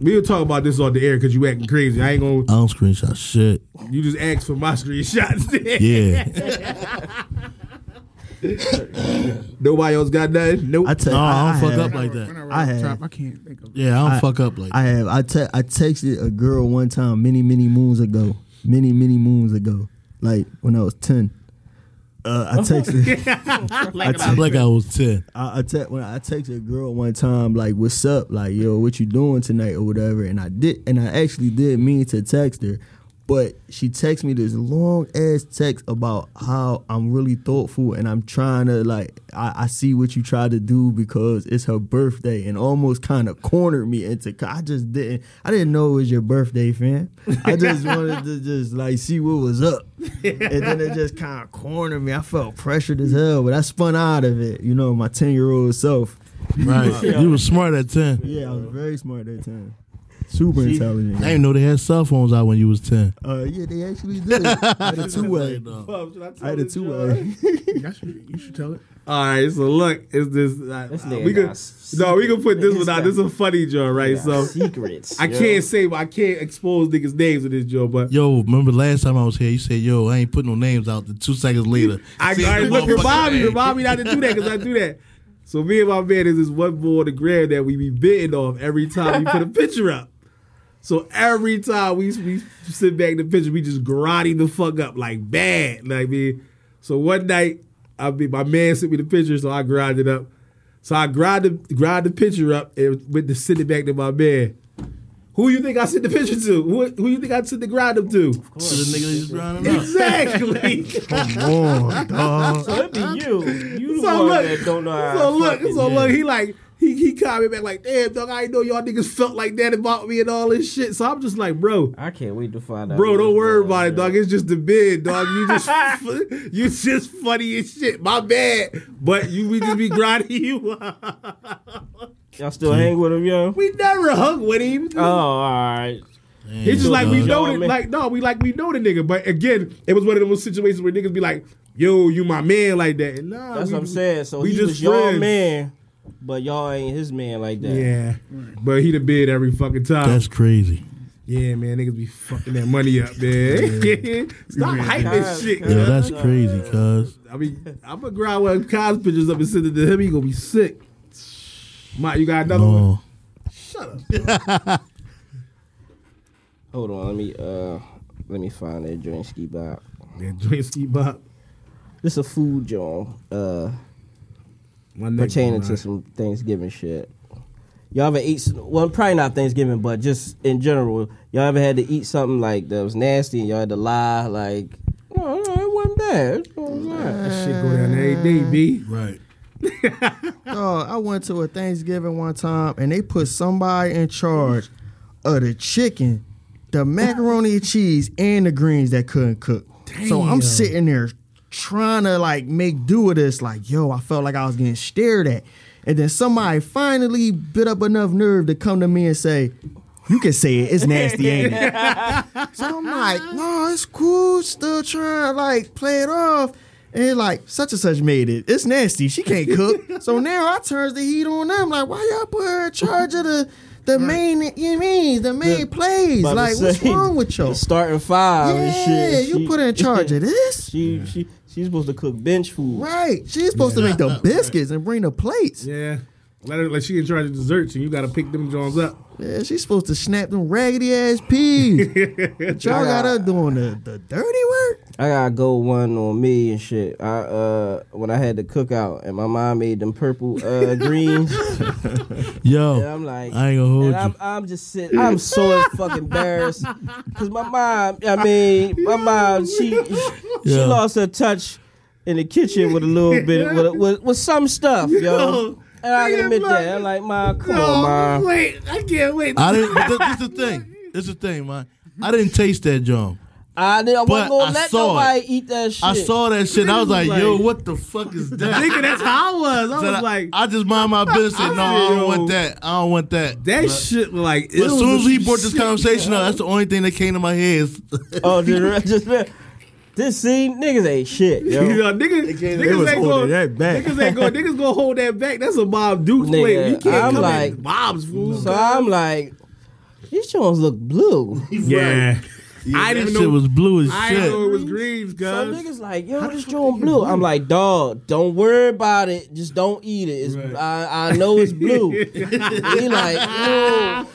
We'll talk about this on the air because you acting crazy. I ain't gonna. I don't screenshot shit. You just asked for my *laughs* screenshots. Yeah. Nobody else got nothing. Nope. I tell No, I I, don't fuck have, up like that. Whenever I I, had- top, I can't think of it. Yeah, I don't fuck up like I have. I te- I texted a girl one time, many many moons ago, many many moons ago, like when I was ten. Uh, *laughs* I texted. that. I'm like I was 10. I, I te- when I texted a girl one time, like, "What's up? Like, yo, what you doing tonight or whatever?" And I did, and I actually did mean to text her, but she texted me this long ass text about how I'm really thoughtful and I'm trying to like, I, I see what you try to do because it's her birthday, and almost kind of cornered me into. I just didn't, I didn't know it was your birthday, fam. I just wanted to just like see what was up, and then it just kind of cornered me. I felt pressured as hell, but I spun out of it. You know, my ten year old self. Right. You was smart at 10. Yeah, I was very smart that time. Super I intelligent. didn't know they had cell phones out when you was 10. Uh, yeah, they actually did. I had a two way. I had a two way. I should, you should tell it. All right, so look, is this? Uh, This uh, nigga we got could s- no, we can put this niggas one out. got- This is a funny joke, right? So *laughs* secrets. I yo. can't say, I can't expose niggas' names in this joke, but Yo, remember last time I was here, you said, yo, I ain't put no names out. The two seconds later. I, said I the look, motherfucking remind me, name. remind me not to do that because I do that. So me and my man is this one boy on the gram that we be bidding off every time we put a picture up. So every time we we sit back in the picture, we just karate the fuck up like bad. Like me. So one night, I be my man sent me the picture, so I grind it up. So I grind the grind the picture up and went to send it back to my man. Who you think I sent the picture to? Who, who you think I sent the grind up to? So the nigga that just rounded up. Exactly. *laughs* So it be you. You the So one look, that don't know how. so to look, fucking so do. look, he like he he commented back like, damn dog, I didn't know y'all niggas felt like that about me and all this shit. So I'm just like, bro, I can't wait to find out. bro, who don't this worry boy about is, it, yo. dog. It's just the bid, dog. You *laughs* just you just funny as shit. My bad, but you we just be grinding you. up. Y'all still hang with him, yo? we never hung with him. Oh, all right. It's just like we Dog. know Y'all it. man. Like no, we like we know the nigga. But again, it was one of those situations where niggas be like, "Yo, you my man," like that. And nah, That's we- what I'm saying. So we he just was your friends. man, but y'all ain't his man like that. Yeah, but he the bid every fucking time. That's crazy. Yeah, man, niggas be fucking that money up, *laughs* man. Stop hyping Cuz, this shit. Yeah, cuz. that's crazy, cuz. I mean, I'm gonna grab one of Kai's pictures up and send it to him. He gonna be sick. Mike, you got another one? No. Shut up. Hold on, let me uh let me find that joint ski bop. Man, drink ski bop. This a food joint. Uh My neck pertaining gone, to some Thanksgiving shit. Y'all ever eat? some- Well, probably not Thanksgiving, but just in general, y'all ever had to eat something like that was nasty, and y'all had to lie, like, no, Yeah, it's going down. That shit go down every day, B. Right. Dog, uh, I went to a Thanksgiving one time and they put somebody in charge of the chicken, the macaroni and cheese, and the greens that couldn't cook. So I'm sitting there trying to like make do with this. Like, yo, I felt like I was getting stared at. And then somebody finally bit up enough nerve to come to me and say, you can say it. It's nasty, ain't it? *laughs* so I'm like, no, it's cool. Still trying to like play it off. And like such and such made it. It's nasty. She can't *laughs* cook. so now I turns the heat on them. Like, why y'all put her in charge of the the main you mean the main plays? About to Like, what's say, wrong with *laughs* y'all? the Starting five and shit. Yeah, you She- put her in charge of this. She she she's supposed to cook bench food. Right. She's supposed to make the biscuits and bring the plates. Yeah. Yeah. Let her, like she in charge of desserts, and you gotta pick them Johns up. she's supposed to snap them raggedy ass *laughs* peas. but y'all got her doing the, the dirty work. I gotta go one on me and shit. I uh when I had the cookout and my mom made them purple *laughs* uh greens. Yo, And I'm like, I ain't gonna hold and you. I'm, I'm just sitting. I'm so fucking embarrassed because my mom. I mean, my mom. She she Yeah. lost her touch in the kitchen with a *laughs* little bit with with, with some stuff, yo. and I can admit that. I'm like, mom, come on, mom. wait, I can't wait. I didn't. But this is the thing. This is the thing, man. I didn't taste that junk. I didn't. I wasn't But gonna I let saw nobody eat that shit. I saw that shit. and I was like, "Yo, what the fuck is that?" Nigga, that's how I was. I So was like, I just mind my business. and, no, I Yo. don't want that. I don't want that. that shit was like. But as soon as he brought this conversation up, that's the only thing that came to my head. *laughs* Is, Oh, *laughs* just, just this scene, niggas ain't *laughs* shit, *laughs* You yo. know, niggas, can't- They was niggas ain't holding going. that back. Niggas ain't going. Niggas gonna hold that back. That's a Bob Duke play. You Nigga, can't I'm come like, like- in Bob's fool. So I'm like, these joints look blue. yeah. I that didn't shit even know. was blue as I didn't shit. know it was greens, So cuz. niggas like, yo, this joint blue. I'm like, dog, don't worry about it. Just don't eat it. It's, I, I know *laughs* it's blue. he like, yo,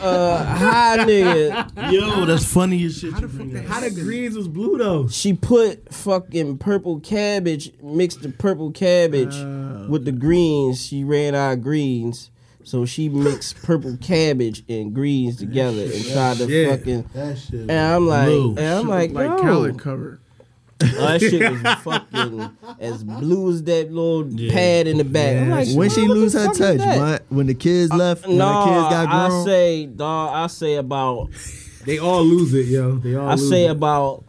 uh, hi nigga. Yo, that's funny as shit. you bring up. How the greens was blue though? She put fucking purple cabbage, mixed the purple cabbage Oh, with the greens. She ran out of greens. So she mixed purple cabbage and greens together and tried to shit. fucking. That shit. And I'm like, Blue. and I'm like, like yo. collard covered. Oh, *laughs* that shit *laughs* was fucking as blue as that little pad in the back. I'm like, When she "What the lose her fuck is touch, that?" but when the kids left, when No, the kids got I grown, say, dog, I say about, They all lose it, yo. They all. I lose say it. about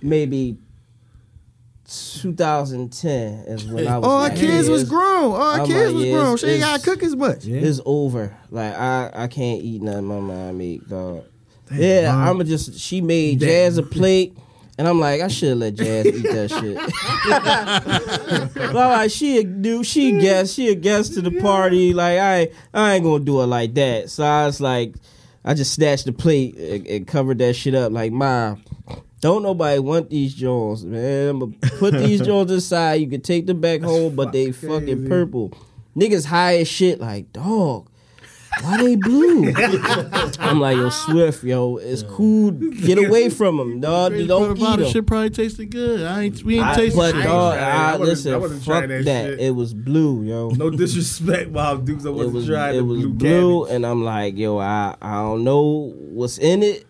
maybe 2010 is when I was. oh, our like, kids yeah, was it's- grown. Oh, our I'm kids like, was yeah, grown. it's- She ain't it's- got to cook as much. It's over. Like I, I can't eat nothing my mom make, dog. yeah, I'ma just. She made Jazz a *laughs* plate, and I'm like, I should let Jazz eat that shit. but I'm like, she a dude, she a guest, she a guest to the party. Like I, I ain't gonna do it like that. So I was like, I just snatched the plate and, and covered that shit up. Like mom. Don't nobody want these Jones, man. I'ma put these Jones aside. You can take them back home, but they fucking purple. Niggas high as shit, like, dog, why they blue? I'm like, yo, Swift, yo, it's cool. Get away from them, dog. Crazy part Don't about it, eat them. shit probably tasted good. I ain't. We ain't I, tasted. but it. dog, tried it. I I, wasn't- I listen, wasn't fuck trying that. that shit. It was blue, yo. No disrespect, Bob Dukes. I it wasn't was trying it to was blue. blue, blue and I'm like, yo, I I don't know what's in it.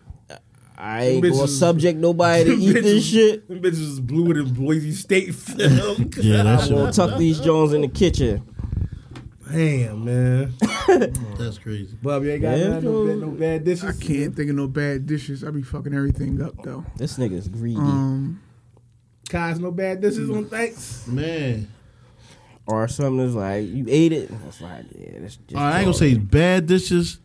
I ain't Them gonna bitches- *laughs* subject nobody to eat bitches- this shit. Them bitches was blue in Boise State *laughs* film. yeah, that I'm shit. gonna was- tuck these Jones in the kitchen. Damn, man. That's crazy. Bob, you ain't got Yeah, none, no, dude. bad, no bad dishes. I can't think of no bad dishes. I be fucking everything up though. This nigga's greedy. Um, Cause no bad dishes on thanks. Man, or something that's like you ate it. And it's like yeah, that's just. All right, I ain't gonna say it's bad dishes,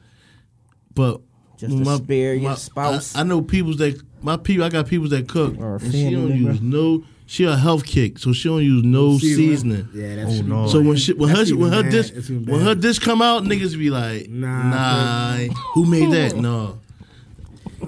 but Just to spare your spouse. I, I know people's that my people. I got people that cook, Or a and she family don't member. use no. She a health kick, so she don't use no seasoning. Yeah, that's oh, no. So when she, when That's her when even her bad. dish That's even when her bad. dish come out, niggas be like, Nah. Nah, who made that? No,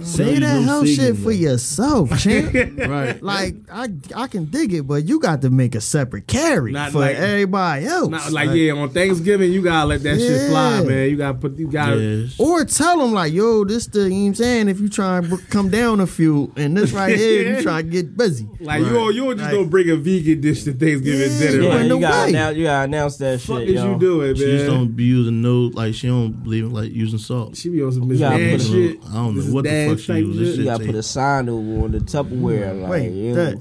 Say that hell shit for *laughs* yourself, champ. right? like, I I can dig it, but you got to make a separate carry Not for like- everybody else. Not like, yeah, on Thanksgiving you gotta let that shit fly, Yeah. man. You gotta put you gotta Yes. Or tell them like, yo, this the you know what I'm saying. If you try and br- come down a few, and this right here, you try to get busy. like you all you all just don't bring a vegan dish to Thanksgiving Yeah. dinner. yeah, Ain't Like, no you gotta way. announce, you gotta announce that fuck shit. is yo. you doing, She just man? don't be using no like she don't believe in like using salt. She be on some Miss gotta Dad put a shit. little- I don't know This is what the dad fuck she type use. This shit. Mm, You shit gotta put a sign over on the Tupperware. Like, Wait, you that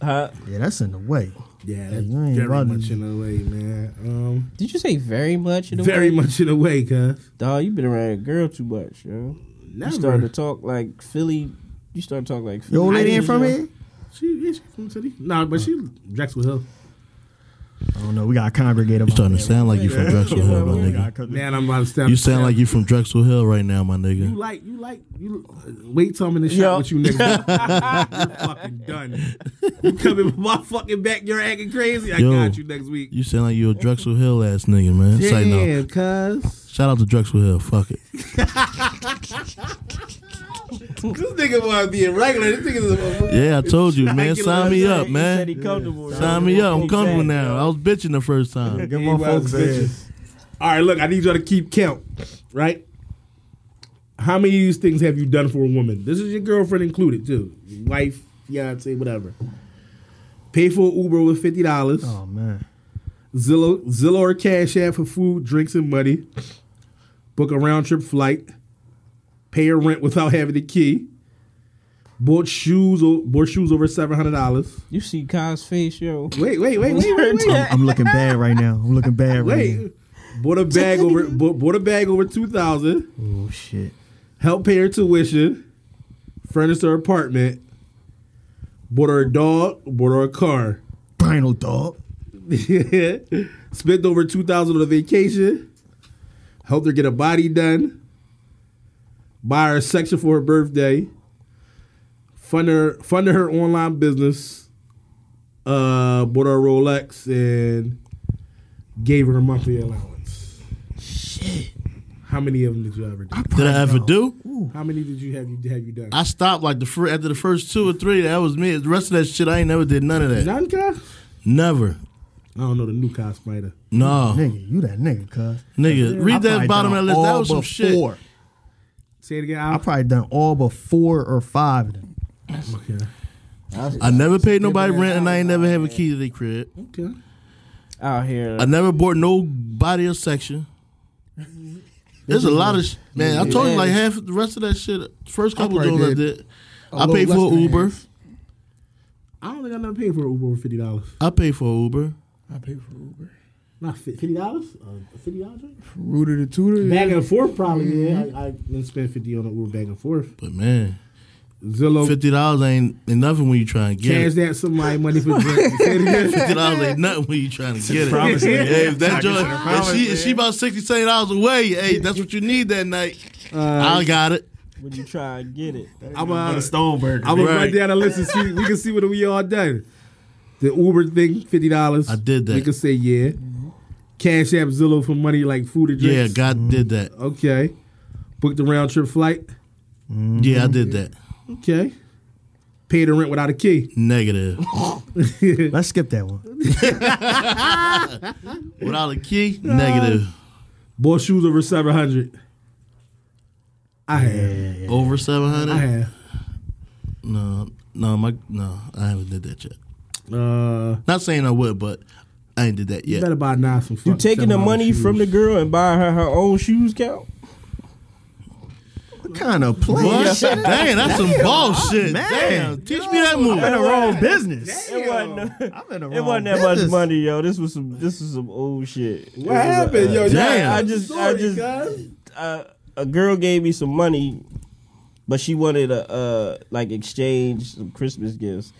Huh? Yeah, that's in the way. Yeah, Like, that's you ain't very running. much in a way, man. Um, Did you say very much? In a very way? much in a way, cuz. Dog, you been around a girl too much, yo. You started to Never. talk like Philly. You started to talk like Philly. Your old lady niggas, ain't from yo. here? She, yeah, she from the city. Nah, but she Drexel Hill. I don't know. We gotta congregate You about starting to that. sound like you from Drexel Hill, my We nigga. gotta come- Man, I'm about to step. You sound like you from Drexel Hill right now, my You nigga. like, you like, you uh, wait till I'm in the shop Yo. with you *laughs* niggas. You're fucking done. You coming from my fucking backyard acting crazy? I Yo. got you next week. You sound like you a Drexel Hill ass nigga, man. Say no. Damn, cuz. Shout out to Drexel Hill. Fuck it. This nigga want to be a regular. This nigga is a Yeah, I told you, man. Sign me up, He said he man. comfortable. Sign me up. I'm comfortable Exactly. now. I was bitching the first time. Get my folks in. All right, look, I need y'all to keep count, right? How many of these things have you done for a woman? This is your girlfriend included, too. Your wife, fiance, whatever. Pay for an Uber with fifty dollars. Oh man. Zillow, Zillow or Cash App for food, drinks, and money. Book a round trip flight. Pay her rent without having the key. Bought shoes, o- bought shoes over seven hundred dollars. You see Kai's face, yo. Wait, wait, wait, wait, wait, wait. I'm looking bad right now. I'm looking bad right now. wait. Bought a bag over, bought, bought a bag over two thousand. Oh shit. help pay her tuition, furnished her apartment, bought her a dog, bought her a car, Final dog. *laughs* spent over two thousand on a vacation, helped her get a body done, buy her a section for her birthday, fund her funded her online business, uh, bought her a Rolex, and gave her a monthly allowance. Shit. How many of them did you ever do? Did I ever do? How many did you have you have you done? I stopped like the fir- after the first two or three. That was me. The rest of that shit, I ain't never did none of that. None, cuz? Never. I don't know the new Kai Spider. No, Nigga, you that nigga, cuz. nigga. I Read probably that bottom done of that list. That all was some but shit. four. Say it again. I Al. probably done all but four or five of them. Okay. I never paid nobody rent, and I ain't never have a key to their crib. Okay. Out here. I never bought no body or section. There's a lot of sh- man. I told you like half the rest of that shit. First couple probably doing I did did. I little paid less for than Uber. half. I don't think I never paid for an Uber for fifty dollars. I paid for Uber. I paid for Uber. Not fi- fifty dollars. Uh, fifty dollars. Rooter the tutor. yeah. Back and forth, probably. Yeah, I, I didn't spend fifty on an Uber back and forth. But man, Zillow fifty dollars ain't, ain't nothing when you trying to get cash it. that somebody money for drink. Say *laughs* it again. Fifty dollars ain't nothing when you trying to get it. Promise me. Yeah, if that joint, if promise, she, if she about sixty seven dollars away, hey, that's what you need that night. Uh, I got it. when you try and get it. I'm uh, Stone burger. I'm gonna Right. write down a list and see. We can see what we all done. The Uber thing, fifty dollars. I did that. We can say yeah. Cash App Zillow for money like food and Yeah, drinks. God did that. Mm-hmm. Okay. Booked a round trip flight. Yeah, I did that. Okay. Paid the rent without a key. Negative. Let's skip that one. Without a key, Uh, negative. Bought shoes over seven hundred. I have. Over seven I hundred. have. No, no, my no, I haven't did that yet. Uh, Not saying I would, but I ain't did that yet. better buy nine some. You taking the money from the girl and buying her her own shoes, count? What kind of play? What? Damn, that's some bullshit. Damn, teach me that move. I'm in the wrong business. It wasn't. I'm in the wrong It wasn't that much business. money, yo. This was some. This was some old shit. It was What a- happened, yo? uh, Damn. I just, I just, uh, a girl gave me some money, but she wanted a uh, like exchange some Christmas gifts,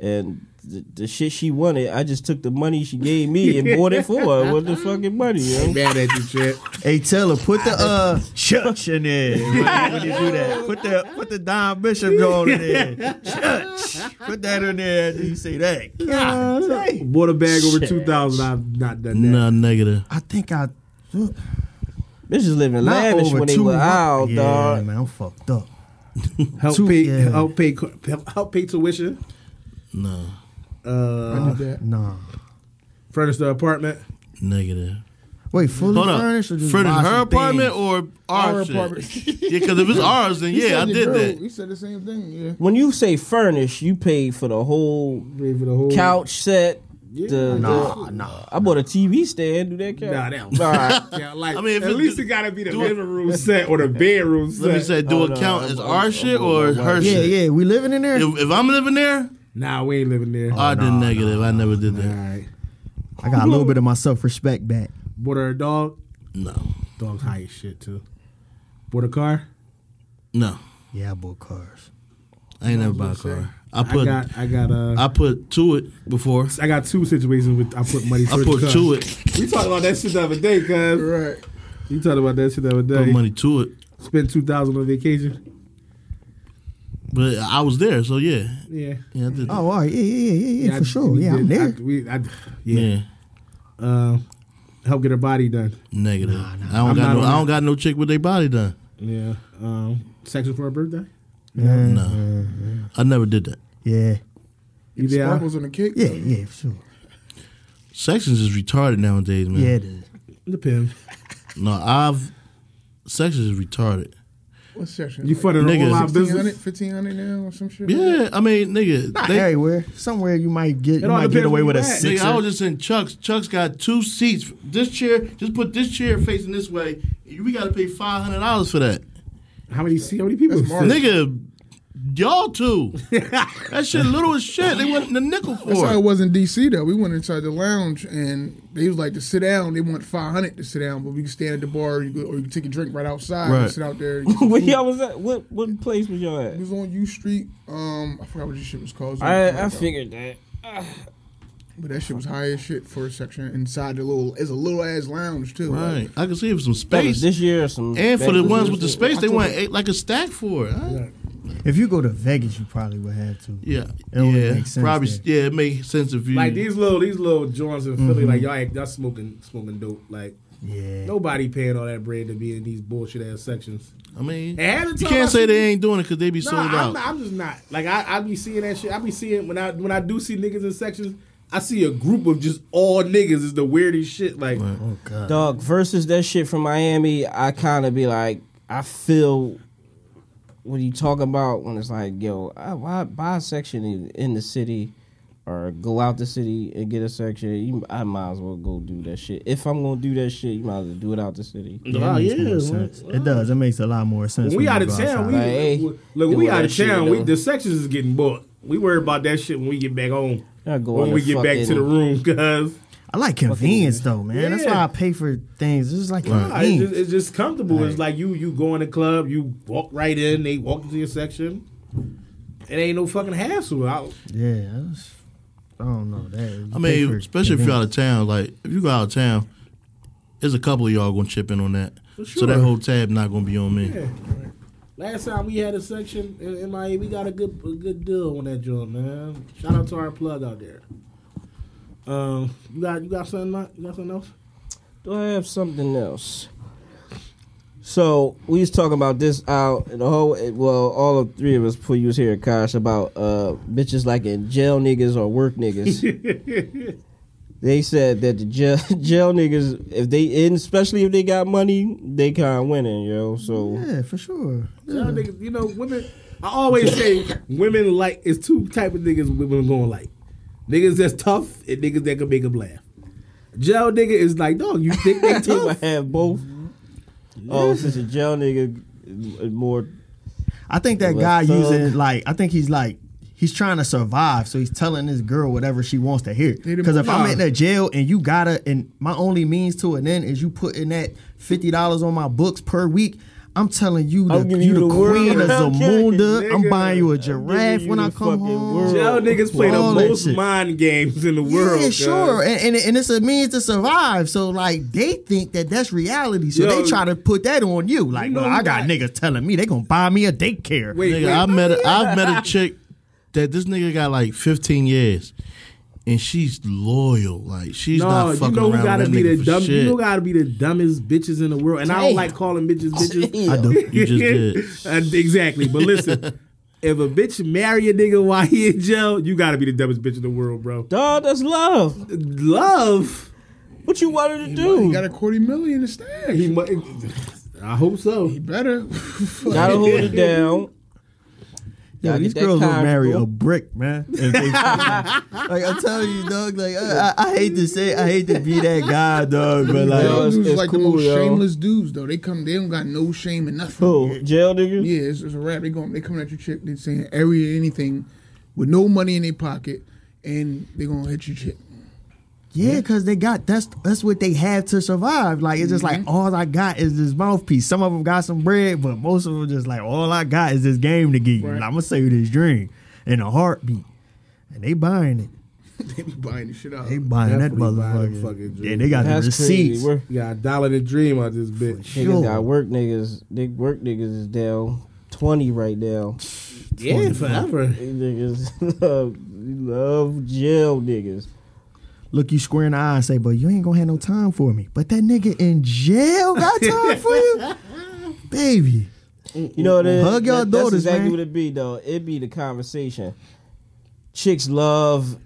and the, the shit she wanted, I just took the money she gave me and bought it for her with the fucking money, *laughs* yo. mad at you, shit. Hey Taylor, put the uh shush in there when you, when you do that. Put the put the Don Bishop going in there. Shush. Put that in there after you say that. God dang. Bought a bag over two thousand. I've not done that. No, negative. I think I not Bitches living lavish over when they two were hun- out, yeah, dog. man, I'm fucked up. Help Two- pay. yeah. Help pay. co- Help, help pay tuition. No, Uh, Nah. furnish the apartment. negative. Wait, fully Hold up. furnished or just Furnished buy some her apartment things? or our, Our shit? *laughs* apartment. yeah, because if it's ours, then He yeah, I said your did girl- that. He said the same thing. Yeah. When you say furnish, you pay for the whole Pay for the whole couch set. Yeah. The, Nah, the- nah. I bought a TV stand. Do that count? Nah, that All *laughs* right. Yeah, like, I mean, if at it- least it gotta be the do it- living room set or the bedroom set. Let me say, do Oh, it no, count I'm- as I'm- our I'm- shit I'm- or I'm- her Yeah, shit? yeah, we living in there. If, if I'm living there, Nah, we ain't living there. I did negative. I never did All that. right. I got a little bit of my self respect back. Border a dog. No, Dog's high as shit too. Border car. no. Yeah, I bought cars. I ain't never bought a car. I I put I, got I got uh put to it before. I got two situations with I put money. I towards put the car. to it. We talked about that shit the other day, cuz. Right. You talked about that shit the other Put day. money to it. Spent two thousand on vacation. But I was there, so yeah. Yeah. Yeah, I did. Oh, all right. Yeah, yeah, yeah, yeah, yeah for I- sure. we Yeah, I'm did- I- there. we, I, yeah. yeah. Uh, help get her body done. Negative. I don't I'm got not no. on I don't that. got no chick with their body done. Yeah. Um, section for her birthday. No, I never did that. Yeah, You there? Sparkles on the cake. yeah, yeah, for sure. Sections is retarded nowadays, man. Yeah, it is. Depends. No, I've sections is retarded. What section? You funded her Niggas. online business. 1500, 1500 now or some shit. Yeah, I mean, nigga, Not they, everywhere. Somewhere you might get, you all might get depends away where with a you at. nigga, six. I was just in Chuck's. Chuck's got two seats. This chair, just put this chair facing this way. You- We got to pay five hundred dollars for that, How many? How many people? That's Mark. nigga. Y'all too. that shit little as shit. They want the nickel That's for how it it. was in DC though. We went inside the lounge and they was like to sit down. They want five hundred to sit down, but we can stand at the bar or you, go, or you can take a drink right outside Right. and sit *laughs* out *laughs* there. Where *laughs* y'all was at? What what place was y'all at? It was on U Street. Um, I forgot what this shit was called. I I figured that. but that shit was high as shit for a section inside the little. It's a little ass lounge too. Right. I can see if That some was space. this year or some. And for that the was ones this with the year. space, they want eight, like a stack for it. I- If you go to Vegas, you probably would have to. Yeah, It only yeah, makes sense probably. then. Yeah, it makes sense if you Like these little these little joints in Philly, Mm-hmm. like y'all, act- y'all smoking smoking dope. Like Yeah. nobody paying all that bread to be in these bullshit ass sections. I mean, And half the you time can't I say see- they ain't doing it because they be No, sold out. I'm, not, I'm just not. Like I, I be seeing that shit. I be seeing when I when I do see niggas in sections, I see a group of just all niggas is the weirdest shit. Like Oh God. Dog versus that shit from Miami, I kind of be like, I feel what you talking about when it's like, yo, I, why buy a section in, in the city or go out the city and get a section? You, I might as well go do that shit. If I'm gonna do that shit, you might as well do it out the city. Yeah, Oh, it makes yeah, more well, sense. It does. It makes a lot more sense. when we when out you of go town, we outside. Like, hey, look, look, do we all out of that shit, town. We, though. the sections is getting booked. We worry about that shit when we get back home. I go When on we the get back to fucking- the room, cause I like convenience though, man. That's Yeah. why I pay for things. It's like nah, it's, convenience. just, it's just comfortable. It's like you you go in the club, you walk right in, they walk into your section. It ain't no fucking hassle. I, yeah. I was- I don't know that. You I pay mean, for especially if you're out convenience. of town. Like if you go out of town, there's a couple of y'all gonna chip in on that. So that sure. whole tab not gonna be on me. Yeah. Last time we had a section in, in Miami, we got a good a good deal on that joint, man. Shout out to our plug out there. Um, you got you got something? Mike? You got something else? Do I have something else? So we was talking about this out the whole well, all of three of us before you was here, Kosh, about uh bitches like in jail niggas or work niggas. *laughs* they said that the jail *laughs* jail niggas, if they and especially if they got money, they kinda winning, yo. So Yeah, for sure. Y'all niggas, you know, women. I always say women like it's two type of niggas women gonna like. Niggas that's tough and niggas that can make them laugh. Jail nigga is like, dog, you think *laughs* they they might tough? have both. Mm-hmm. Oh, since a jail nigga is more I think that Well, guy thug. using like I think he's like he's trying to survive, so he's telling this girl whatever she wants to hear. didn't- Because if I'm Nah. in the jail and you gotta and my only means to an end is you putting that fifty dollars on my books per week. I'm telling you, I'm the, giving you you the, the world. queen of I'm Zamunda. kidding, I'm nigga. buying you a giving giraffe you when the I come fucking home. world. Jail niggas play the All that most shit. mind games in the world. Yeah, cuz. sure, and, and and it's a means to survive. So like they think that that's reality, so Yo, they try to put that on you. Like, you know well, I got what? niggas telling me they gonna buy me a daycare. Wait, Nigga, wait. I met a, I've met a chick that this nigga got like 15 years, and she's loyal. Like she's No, not you fucking know who around gotta with that be nigga the for dumb. shit. You know gotta be the dumbest bitches in the world, and I don't Damn. like calling bitches bitches. *laughs* I do. you *laughs* just did. Uh, exactly, but *laughs* listen, if a bitch marry a nigga while he in jail, you gotta be the dumbest bitch in the world, bro. Dog, oh, that's love. Love, What you wanted to He do? got a quarter million in the stash. he He mu- I hope so. better. *laughs* Fuck. Gotta hold it down. Yo, Gotta these get that girls will cash, marry bro. a brick, *laughs* man. If they- like I'm telling you, dog. Like I, I, I hate to say, it. I hate to be that guy, dog. But like, Yo, Them it's- dudes it's like cool, the most yo. shameless dudes though. They come, they don't got no shame and nothing. Who? Jail nigga? Yeah, it's, it's a rap. They going, they coming at your chick. They saying every anything. with no money in their pocket, and they're gonna hit you shit. Yeah, because they got that's that's what they have to survive. Like it's just like all I got is this mouthpiece. Some of them got some bread, but most of them just like all I got is this game to get you. I'm gonna save this dream in a heartbeat, and they buying it. *laughs* they be buying the shit out. They buying Definitely buying that motherfucker. the fucking dream. yeah, they got That's the receipts. crazy. We're, You got a dollar to dream out this bitch. Sure. niggas got work niggas. They work niggas is down twenty right now. Yeah, forever. These Niggas *laughs* love, love jail niggas. Look you square in the eye and say, "But you ain't gonna have no time for me." But that nigga in jail got time for you, baby. You know what it is? Hug your That- that's daughters, exactly man. what it be though. It be the conversation. Chicks love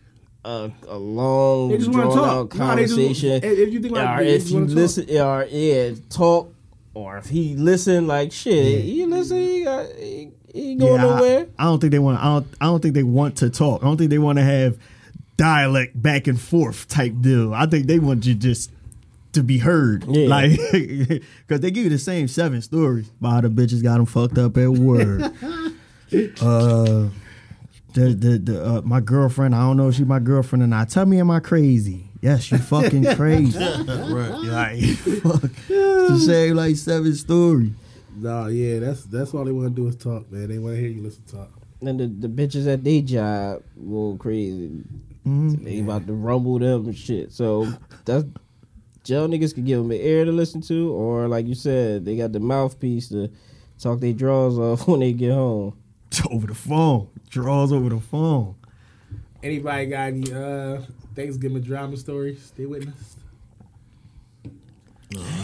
a, a long, They just wanna drawn out talk. Nah, they just- conversation. if- if you think like Or that, they if just you wanna talk. listen, or yeah, talk, or if he listen, like shit, he listen, he, got, he, he ain't going Yeah, I- nowhere. I, don't think they want. I don't. I don't think they want to talk. I don't think they want to have dialect back and forth type deal. I think they want you just to be heard, Yeah. like *laughs* because they give you the same seven stories. Why the bitches got them fucked up *laughs* at work. uh, the the, the uh, my girlfriend. I don't know if she's my girlfriend or not. Tell me, am I crazy? Yes, *laughs* you fucking crazy. right. *laughs* Like, fuck. It's the same like seven stories. *laughs* Nah, yeah, that's that's all they want to do is talk, man. They want to hear you listen talk. Then the, the bitches at their job go crazy. Mm-hmm. They about to rumble them and shit. So that's jail niggas can give them an ear to listen to, or like you said, they got the mouthpiece to talk their drawers off when they get home. Over the phone, draws over the phone. Anybody got any uh Thanksgiving drama stories they witnessed?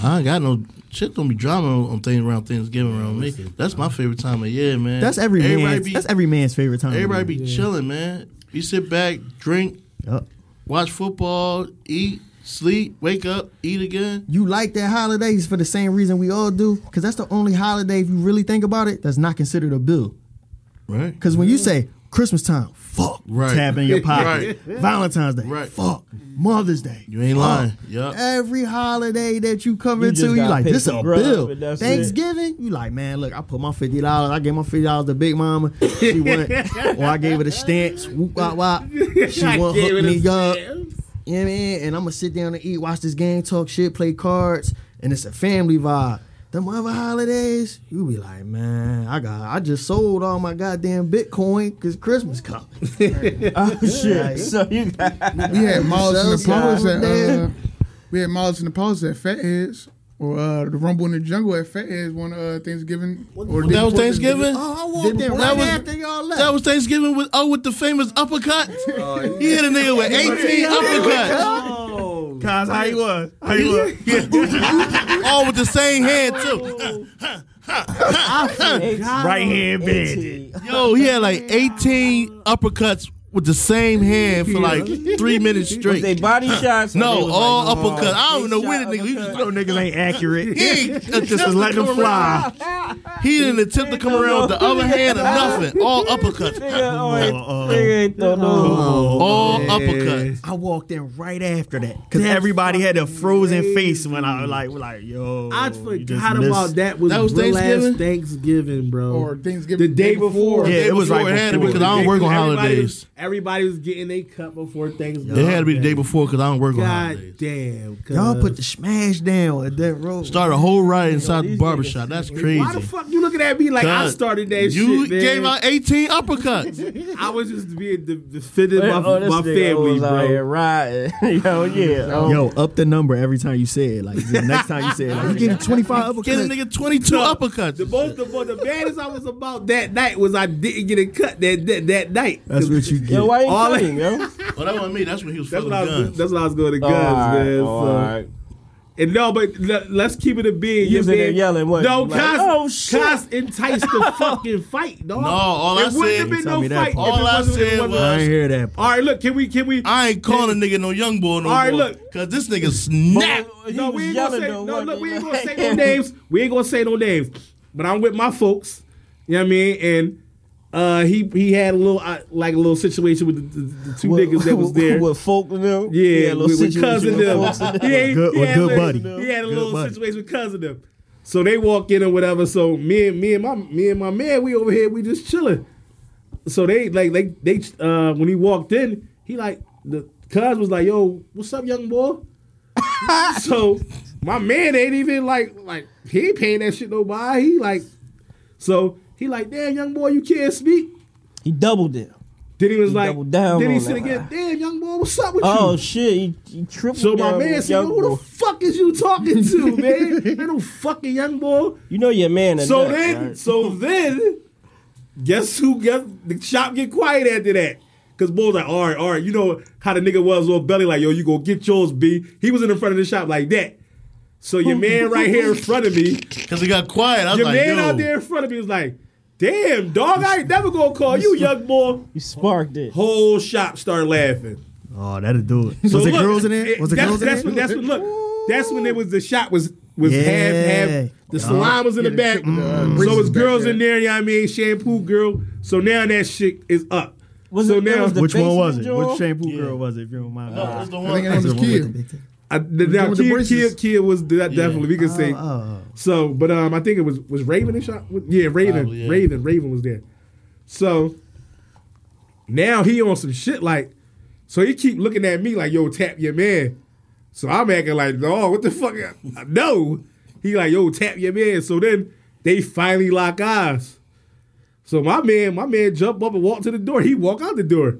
I ain't got no shit. Don't be drama on things around Thanksgiving around me. That's my favorite time of year, man. That's every everybody man's, be that's every man's favorite time. of everybody be year. chilling, man. You sit back, drink, Yup. watch football, eat, sleep, wake up, eat again. You like that holidays for the same reason we all do, because that's the only holiday if you really think about it that's not considered a bill. Right. Because when you say Christmas time, fuck, Right. tap in *laughs* your pocket. Right. Valentine's Day, Right. fuck. Mother's Day, You ain't fuck. lying. Yup. Every holiday that you come You just into, you gotta like pick this the a grub bill. and that's it. Thanksgiving, you like man, look, I put my fifty dollars. I gave my fifty dollars to Big Mama. *laughs* She went, or I gave her the stance. Whoop wop wop. *laughs* She went hook me up. You know what I mean? And I'm gonna sit down and eat, watch this game, talk shit, play cards, and it's a family vibe. Them other holidays, you be like, man, I got, I just sold all my goddamn Bitcoin because Christmas coming. *laughs* oh shit! So you got We had Miles and the Southside Paws at uh, man. we had Miles and the Paws at Fatheads or uh, the Rumble in the Jungle at Fatheads one uh, Thanksgiving. Or the day that was before Thanksgiving. oh, I walked in That right was- after y'all left. That was Thanksgiving with oh with the famous uppercut. Oh, He hit a nigga with eighteen uppercuts, Cause how you was? How you was? all with the same hand too. Oh. Right hand bandit. *laughs* Yo, he had like eighteen uppercuts with the same hand for like three minutes straight. They body shots. or they was No, oh, all like, uppercuts. I don't They know shot where the nigga. He just No niggas ain't *laughs* accurate. He ain't- just was letting them fly. He didn't attempt to come around with the other hand or nothing. All uppercuts. Nigga, all right, Uh-uh. nigga ain't throw no- oh. All uppercuts. I walked in right after that because everybody had a frozen face when I like, we're like, yo. I you just forgot missed- about that. Was That was real ass Thanksgiving? Thanksgiving, bro. Or Thanksgiving the day before. Yeah, it was before right it had to be before. because I don't work on Everybody holidays. Was, everybody was getting a cut before Thanksgiving. It had to be the day before because I don't work on God holidays. damn. cuz. Y'all put the smash down at that road. Start a whole riot inside the barbershop. That's crazy. Why the fuck you looking at me like I God, started that You shit? man? gave out *laughs* 18 uppercuts. I was just being de- defending my, Oh, this my nigga family, was out here bro. *laughs* riding. Yo, yeah. Oh, Yo, up the number every time you say it. Like the next time you say *laughs* it, like, you give it *laughs* 25 Gave a uppercuts. nigga 22 The uppercuts. most, the, most- the baddest I was about that night was I didn't get a cut that that, that night. That's what you Yo, get. why you All cutting, yo? *laughs* Well, that wasn't me. That's when he was That's fucking what I was. guns. That's what I was going to guns, Oh, all right, man. oh, so. all right. And no, but le- let's keep it a being. You was in there yelling, what? No, You like, Cos, "Oh, shit." Cos enticed *laughs* the fucking fight, dog. No, all it I wouldn't said- have been Tell no me that fight. part. if it All I wasn't- if it said wasn't- was- I ain't hear that. all right, look, can we, can we? I ain't calling a nigga no young boy no All right, more. look. Cause this nigga snap. He no, was we ain't yelling, gonna say though, no. wasn't Look, we he? ain't gonna *laughs* say no names. We ain't gonna say no names. But I'm with my folks. You know what I mean? And uh, he he had a little uh, like a little situation with the, the, the two With- niggas that *laughs* was there. with folk and them. yeah, He had a little with, with situation cousin with them. folks and *laughs* them. He ain't- Good- he with had good a little- buddy. He had a Good little buddy. situation with cousin them. So they walk in or whatever. So me and me and my me and my man, we over here, we just chilling. so they like like they uh when he walked in, he like the cuz was like, "Yo, what's up, young boy?" *laughs* so my man ain't even like like he ain't paying that shit nobody. He like so he like, "Damn, young boy, you can't speak." He doubled it. Then he was He like, doubled down then he on said that. again, "Damn, young boy, what's up with Oh you?" shit! He, he tripled. So my down man with said, Young "Yo, "Who Boy. the fuck is you talking *laughs* to, man? Ain't no fucking young boy." You know your man." a So nut, then, right? so then, guess who? Guess the shop get quiet after that. Cause boy was like, all right, all right, you know how the nigga was little belly, like, yo, you go get yours, B. He was in the front of the shop like that. So your man right here in front of *laughs* me, Because he got quiet. I was your like, man yo. out there in front of me was like, damn, dog, I ain't never gonna call you, young boy. you sparked it. Whole shop started laughing. Oh, that'll do it. So was it look, girls in there? it- Was it that's, girls in that's there? When, that's when look. That's when it was the shot was was half Yeah. Mm. half. The salon was in the back, so it's girls in there. You know what I mean? Shampoo girl. So now that shit is up. Was so it- that now was the- Which one was it? basement drawer? Which shampoo girl was it? If you don't mind. me No, asking? Oh, it's the I think one. her name That's was the one with the Kia. big thing. I, the, now one with the kid, braces. kid, kid was that definitely we could say. Oh, So, but um, I think it was was Raven and shot. Yeah, Raven, Probably, yeah. Raven, Raven was there. So now he on some shit like, so he keep looking at me like, yo, tap your man. So I'm acting like, dog, what the fuck? *laughs* I- No, he like, yo, tap your man. So then they finally lock eyes. So my man, my man jump up and walk to the door. He walk out the door.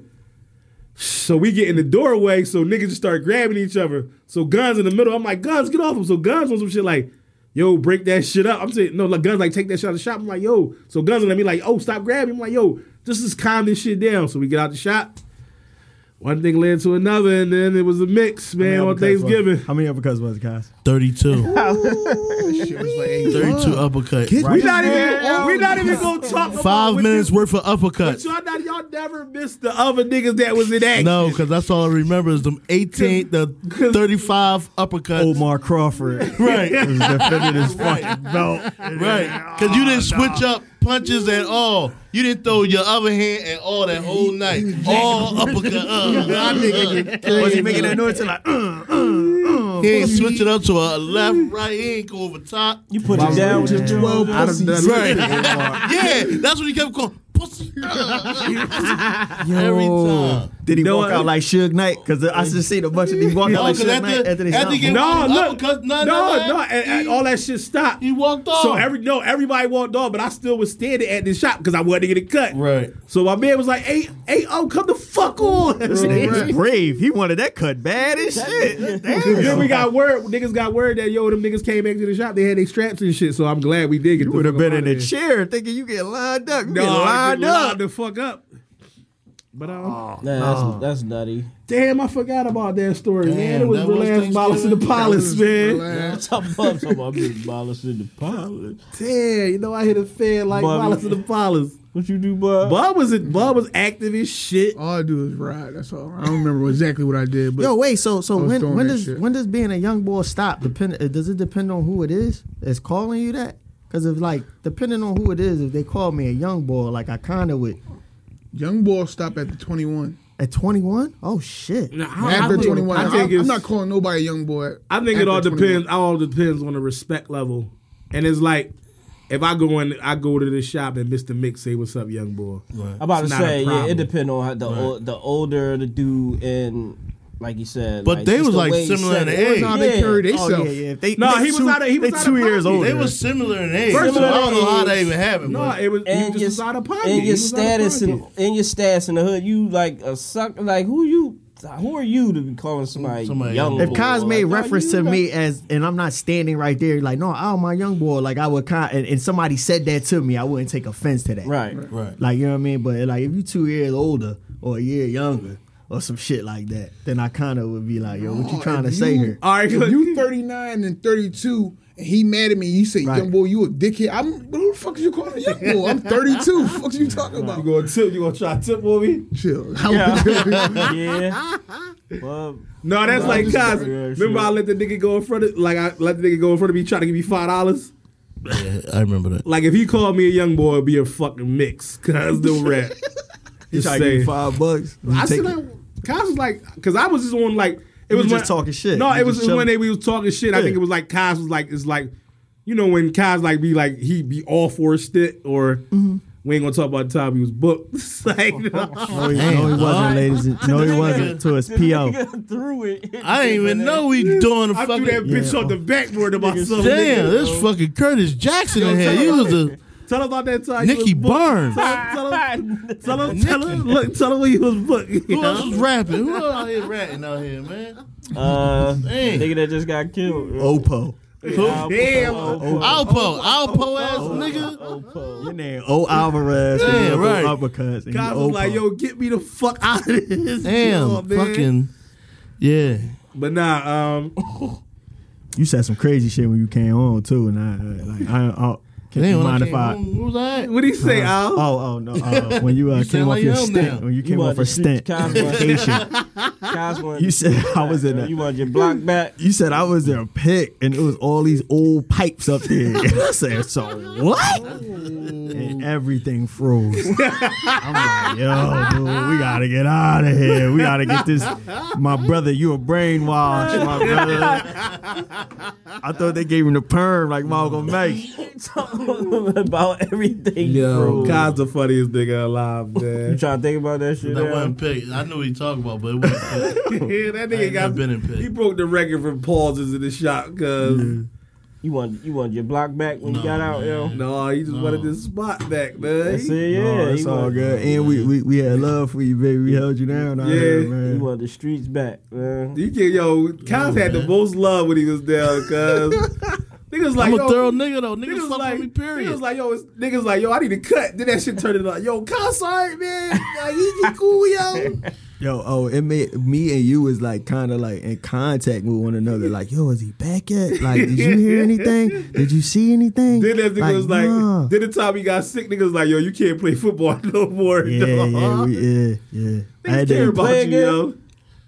So we get in the doorway, so niggas just start grabbing each other. So guns in the middle. I'm like, guns, get off him. So guns on some shit like, yo, break that shit up. I'm saying, no, like guns like take that shit out of the shop. I'm like, yo. So guns let me like, oh, stop grabbing. I'm like, yo, just just calm this shit down. So we get out the shop. One thing led to another, and then it was a mix, How many man, on uppercuts was it? Thanksgiving. How many uppercuts was it, guys? 32. Shit was *laughs* like, hey, 32 uppercut. Get We not even we not even gonna talk about Five what minutes this- worth of uppercuts. Y'all, not, y'all never missed the other niggas that was in action. No, because that's all I remember is them 18, the 35 uppercuts. Oh Omar Crawford Right, was defending his fucking belt. right. Because you didn't switch up punches at all. You didn't throw your other hand at all that whole night. All *laughs* uppercut. Uh, uh, uh. Was he making that noise? Like, uh, uh, uh. He ain't switch it up to a left, right. He ain't go over top. You put it down with your twelve. I done done Yeah, that's what he kept calling. *laughs* Pussy. uh, uh, Every time. Did he know walk what? out like Suge Knight? Because I just seen a bunch of these walk out No, like Suge because Knight after, after they after he get stopped. No, one look. uppercut, none No, of that, no, and, and he- all that shit stopped. He walked off. So every no, everybody walked off, but I still was standing at this shop because I wanted to get it cut. Right. So my man was like, "Hey, hey, oh, come the fuck on!" He was brave. He wanted that cut bad as *laughs* shit. then we got word, niggas got word that yo, them niggas came back to the shop. They had their straps and shit. So I'm glad we did get. You the would have fuck been up in out a of there. chair thinking you get lined up. You No, get I get lined lined up. the fuck up. But um, Nah, that's, that's nutty. *laughs* damn, I forgot about that story, man. Damn, It was that the was last Wallace in the Palace, man. What's up, bubs? I'm about to abolish in the pilot. Damn, you know I hit a fan like Bobby. Wallace in the Palace. What you do, bub? Bob was Bob was active as shit. All I do is ride. That's all. I don't remember exactly what I did, but Yo, wait. So, so I was when doing when that does shit. when does being a young boy stop? Depend uh, does it depend on who it is that's calling you that? Because if like depending on who it is, if they call me a young boy, like I kind of would young boy stop at the twenty one. at twenty one. Oh shit! After twenty one, I I'm, think it's- I'm not calling nobody a young boy. I think it all after depends. All depends on the respect level, and it's like if I go in, I go to the shop and Mister Mix say, "What's up, young boy?" Right. I'm about to It's not a say, yeah, problem. it depends on how the ol- the older the dude and like you said. But like, they just was the like way he similar said in it. age. That's how they Yeah. carry Oh themselves. yeah, yeah. If they No, they he was two, out of- he was they out two of years pocket. older. They were similar in age. First so of I don't know all, how that even happened. No, but- it was you And just your, was out of pocket. and He your was out of status in, pocket. and your status in the hood, you like a suck. Like who you? Who are you to be calling somebody, Somebody young? young. If Boy, Cos Cosme made reference to me as, and I'm not standing right there, like, no, oh, my young boy, like, I would kind, and, and somebody said that to me, I wouldn't take offense to that. right? right. Like, you know what I mean? But, like, if you two years older or a year younger or some shit like that, then I kind of would be like, yo, what you Oh, trying to if say you- here? All right, If good. you 39 and 32 and he mad at me, you say, Right. young boy, you a dickhead. I'm who the fuck is you calling a young boy? *laughs* I'm 32. fuck you talking about? You gonna tip? You gonna try to tip for me? *laughs* Chill. *laughs* *laughs* Yeah. well, No, that's like just- cause yeah, remember sure. I let the nigga go in front of like I let the nigga go in front of me try to give me five dollars. Yeah, I remember that. Like if he called me a young boy, it'd be a fucking mix. Cause the rap. You Just trying to give saying. you five bucks? You I take said, it. like, Kaz was like, because I was just on like, it You was just when- talking shit. No, You it was, just it was when chilling. they we was talking shit. I Yeah. think it was like Mm-hmm. Kaz was like, it's like, you know, when Kaz like be like he be all for a stick or We ain't gonna talk about the time he was booked. *laughs* It's like, Oh, No, he, no, he wasn't, ladies. and- No, he wasn't. To his *laughs* PO. through it. I didn't even know we doing a *laughs* I threw fucking. that bitch on the backboard of myself. Damn, nigga. this fucking Curtis Jackson in here. tell You him was a Tell him about that time. he was Nicky booked. Barnes. Tell him, tell *laughs* him, tell him, look, tell him when he was booked. *laughs* you Who know? else was rapping? Who else out *laughs* here rapping out here, man? Uh, Dang. nigga that just got killed. bro. Opo. Damn. Alpo, Alpo ass nigga. Your name O Alvarez. Yeah, Yeah, right. right. Uppercuts. and God you was Opo. *laughs* like, yo, get me the fuck out of this. Damn, job, man. fucking. Yeah. But nah, um, You said some crazy shit when you came on too, and I like I. I can Damn, you when I mind if came I? home, What was I? at? what do you say, Al? Oh, oh no! Uh, when you, uh, sound came off like your him stint, now. when you came You off wanted to a shoot stint, Cosmo. vacation, Cosmo. you said I was in Uh, You a, want your block *laughs* back? you said I was in a pick, and it was all these old pipes up there. And *laughs* I said, so what? And everything froze. I'm like, yo, dude, we gotta get out of here. We gotta get this. My brother, you a brainwash, my brother. I thought they gave him the perm like Malcolm X. Talking about everything. Yo, bro. God's the funniest nigga alive, You man. trying to think about that shit? That now? wasn't picked. I knew what he talking about, but *laughs* it wasn't picked. yeah, that I nigga ain't never got been in He picked. broke the record for pauses in the shot because You want you want your block back when you got out, yo. no, he just wanted this spot back, man. That's it, yeah. No, he it's all want, good. And we, we we had love for you, baby. We held you down. Out Yeah. here, He man. want the streets back, man. You can, yo, Kyle's had the most love when he was down because niggas like I'm a yo, thorough nigga though. Niggas Niggas fuck like, with me. Period. niggas like, yo, it's, niggas like, yo, I need to cut. Then that shit turned into like, yo, Kyle's alright, man. Like, he, he cool, yo. Yo, oh, it made me and you was like kind of like in contact with one another. *laughs* Like, yo, is he back yet? Like, did you hear anything? Did you see anything? Then that nigga was like, nah. then the time he got sick, niggas like, yo, you can't play football *laughs* no more. yeah, dog. yeah, we, yeah, yeah. Niggas I had care to- about you, again? yo.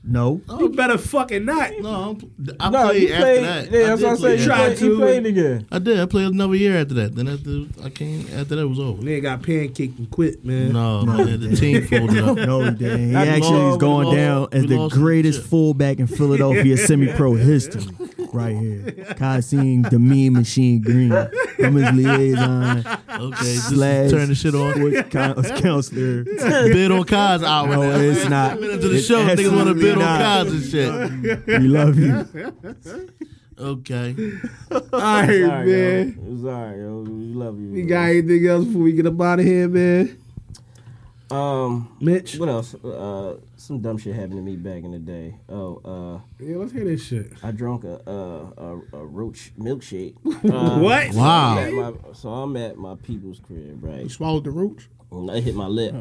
no, You better fucking not. no, I'm, I No, played you after played. that. Yeah, I that's did what I'm play saying. You Tried after played, he to. played again. I did. I played another year after that. Then after I came, after that was over. Nigga got pancaked and quit, man. No, man, the team folded up. no, he didn't. He I actually lost- is going we down lost- as we the lost some greatest shit. fullback in *laughs* Philadelphia semi-pro history, right here. Casim, the mean machine, Green. I'm his liaison. Okay, just Slash. turn the shit on. sports coun- *laughs* counselor. bid on Kaz hour. No, it's not. Been into the It's show. Niggas want to absolutely bid on not. Kaz and shit. We love you. Okay. All right, Sorry, man. yo. It was all right, yo. We love you. You man. got anything else before we get up out of here, man? Um, Mitch? what else? Uh, some dumb shit happened to me back in the day. Oh, Yeah, let's hear this shit. uh, I drank a a, a, a roach *laughs* milkshake. Uh, What? I'm Wow. at my- so I'm at my people's crib, right? Swallowed Oh, the roach. And I hit my lip.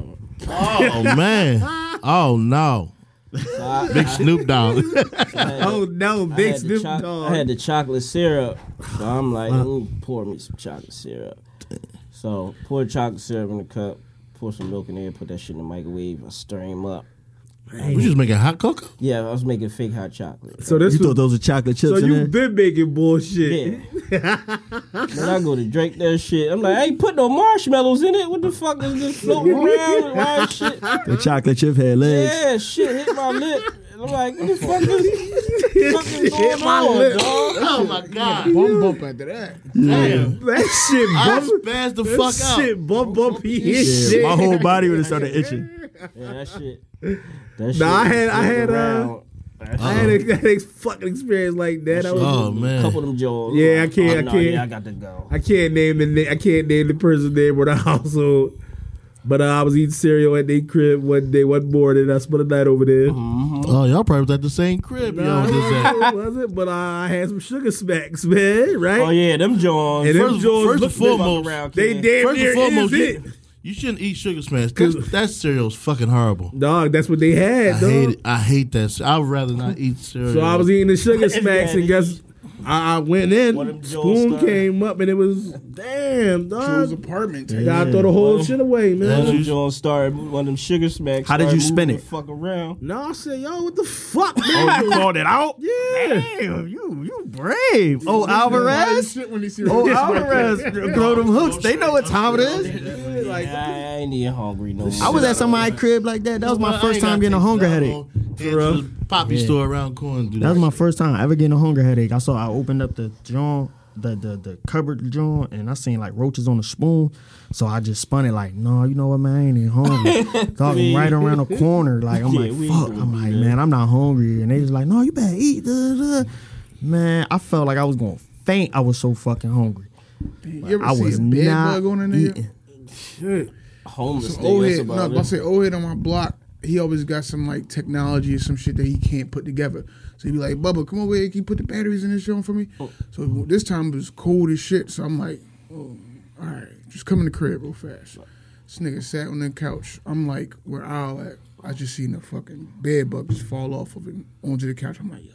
Oh man. Oh no. So I, Big Snoop Dogg. *laughs* I had- Oh, no, I big had the Snoop choc- Dogg. I had the chocolate syrup, so I'm like, "Ooh, pour me some chocolate syrup. So pour chocolate syrup in the cup, pour some milk in there, put that shit in the microwave, I stir him up. we just making hot cocoa. Yeah, I was making fake hot chocolate. so this You was, thought those were chocolate so chips in there? you've been making bullshit. Yeah. *laughs* then I go to drink that shit. I'm like, I ain't put no marshmallows in it. What the fuck is this floating *laughs* around? Why is shit? The chocolate chip had legs. Yeah, shit hit my lip. And I'm like, *laughs* what the fuck is fucking going on, dog? Oh my god. Bum bump after that. Damn. That shit I bump, spazzed the fuck out. shit bump, bump, he Yeah, is shit. my whole body would have *laughs* started itching. Yeah, that shit. That shit. Nah, I had- I was had, uh, around. *laughs* I had a, had a fucking experience like that. I, was, Oh A couple man. of them jaws. Yeah, I can't- I no, can't. Yeah, I got to go. I can't name the na- I can't name the person name or the *laughs* household. But uh, I was eating cereal at their crib one day, one morning. I spent a night over there. Oh, y'all probably was at the same crib. Nah, Y'all just *laughs* at. it wasn't, but uh, I had some sugar smacks, man. Right? Oh yeah, them jaws. And them First- Joes first and looked- foremost, around, they kid. damn First near and foremost, is you, it. you shouldn't eat sugar smash. That, that cereal's fucking horrible. Dog, that's what they I had. dog. hate it. I hate that. ce- I'd rather not eat cereal. So I was eating the sugar Yeah, smacks, and they- guess I, I went One of them in. Joes Spoon started. came up, and it was damn Uh, Joe's dog. apartment. Gotta throw the whole Well, shit away, man. One of them you- jaws started. One of them sugar smacks. How did started you spin moving it? the Fuck around. No, I said, yo, what the fuck, Oh, man? you called it out? Yeah. Damn, you you brave. Oh, Alvarez. Shit when he see Oh, roaches. Alvarez, throw them hooks. They know what time it is. Like, I ain't even hungry no more. I was at somebody's crib like that. That was Well, my I first ain't gotta time getting a take hunger that headache. long. Head to the Poppy store around corn. That was my first time ever getting a hunger headache. I saw I opened up the jaw, the the, the cupboard drawer and I seen like roaches on the spoon. So I just spun it like, no, you know what, man, I ain't *laughs* even hungry. Talking right around the corner. Like I'm Yeah, we like, ain't fuck. doing I'm like, that. man, I'm not hungry. And they was like, no, you better eat. duh, duh, duh." Man, I felt like I was gonna faint. I was so fucking hungry. You ever I see was a bed not bug on a nigga? eating. Shit. Homeless. Some nigga, old that's head, no, about but I it. say old head on my block. He always got some like technology or some shit that he can't put together. So he be like, Bubba, come over here. Can you put the batteries in this joint for me? Oh. So this time it was cold as shit. So I'm like, oh, all right, just come in the crib real fast. This nigga sat on the couch. I'm like, where Al at? I just seen the fucking bed bug just fall off of it onto the couch. I'm like, yo.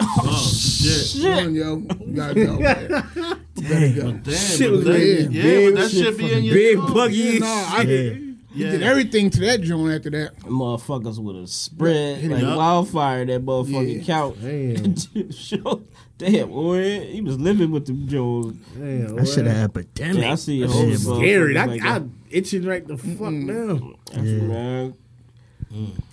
Oh shit! Come on, yo. You gotta go. man. You gotta go. Damn, Shit but was that, big. yeah, Big but that shit, should be in your Big trunk. buggy. Yeah, is- no, I Yeah. did everything to that joint after that. motherfuckers would have spread Hit it like up. wildfire that motherfucking couch. *laughs* Damn. Damn, boy, he was living with them Jones. Damn, That shit boy. an epidemic. Yeah, I see That a shit whole was- Scary. I, Like I that. itching right the fuck now. *laughs* That's Yeah. man.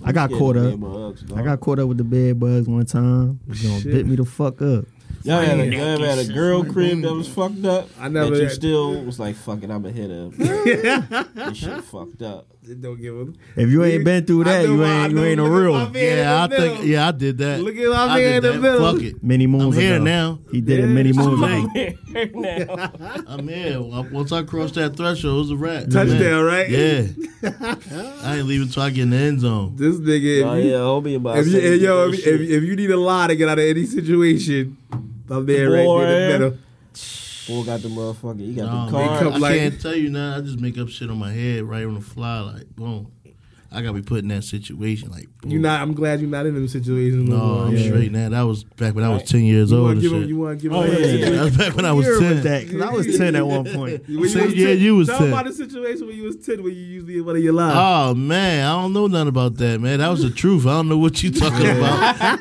I got Yeah, caught the up. bed bugs, dog. I got caught up with the bed bugs one time. It gonna Shit. bit me the fuck up. Y'all had a, y'all ever had a girl crib that was fucked up. I never That you had- still was like, fuck it, I'm a *laughs* hitter. this shit fucked up. Don't give a. If you ain't been through I that, know you my- I ain't you know- ain't a look at real. my one. man in Yeah, I the think. middle. Yeah, I did that. Look at my I man did in the that. middle. Fuck it. Many moons I'm here ago. now. He did it many *laughs* moons ago. Hey, now, I'm here. Well, Once I crossed that threshold, it was a wrap. Touchdown, right? Yeah. *laughs* I ain't leaving till I get in the end zone. This nigga. oh if you- yeah, homie about If you, saying and yo, if, that if, shit. if you need a lie to get out of any situation, I'm there right there in the Boy. middle. Boy got the motherfucker, he got No, the car. come I like- can't tell you now. I just make up shit on my head right on the fly. Like, boom. I gotta be put in that situation. Like, boom. You not. I'm glad you're not in them situations. No, more. I'm Yeah. straight now. That was back when I was ten years You old. want to and give shit. him? You want to give him? Oh, a yeah. situation? Yeah, that's back when I was Year ten. that? 'Cause I was ten at one *laughs* point. When Say, was yeah, 10. you was Tell 10. about the situation when you was ten, when you usually in one of your lives. Oh man, I don't know nothing about that, man. That was the truth. I don't *laughs* know what you talking about.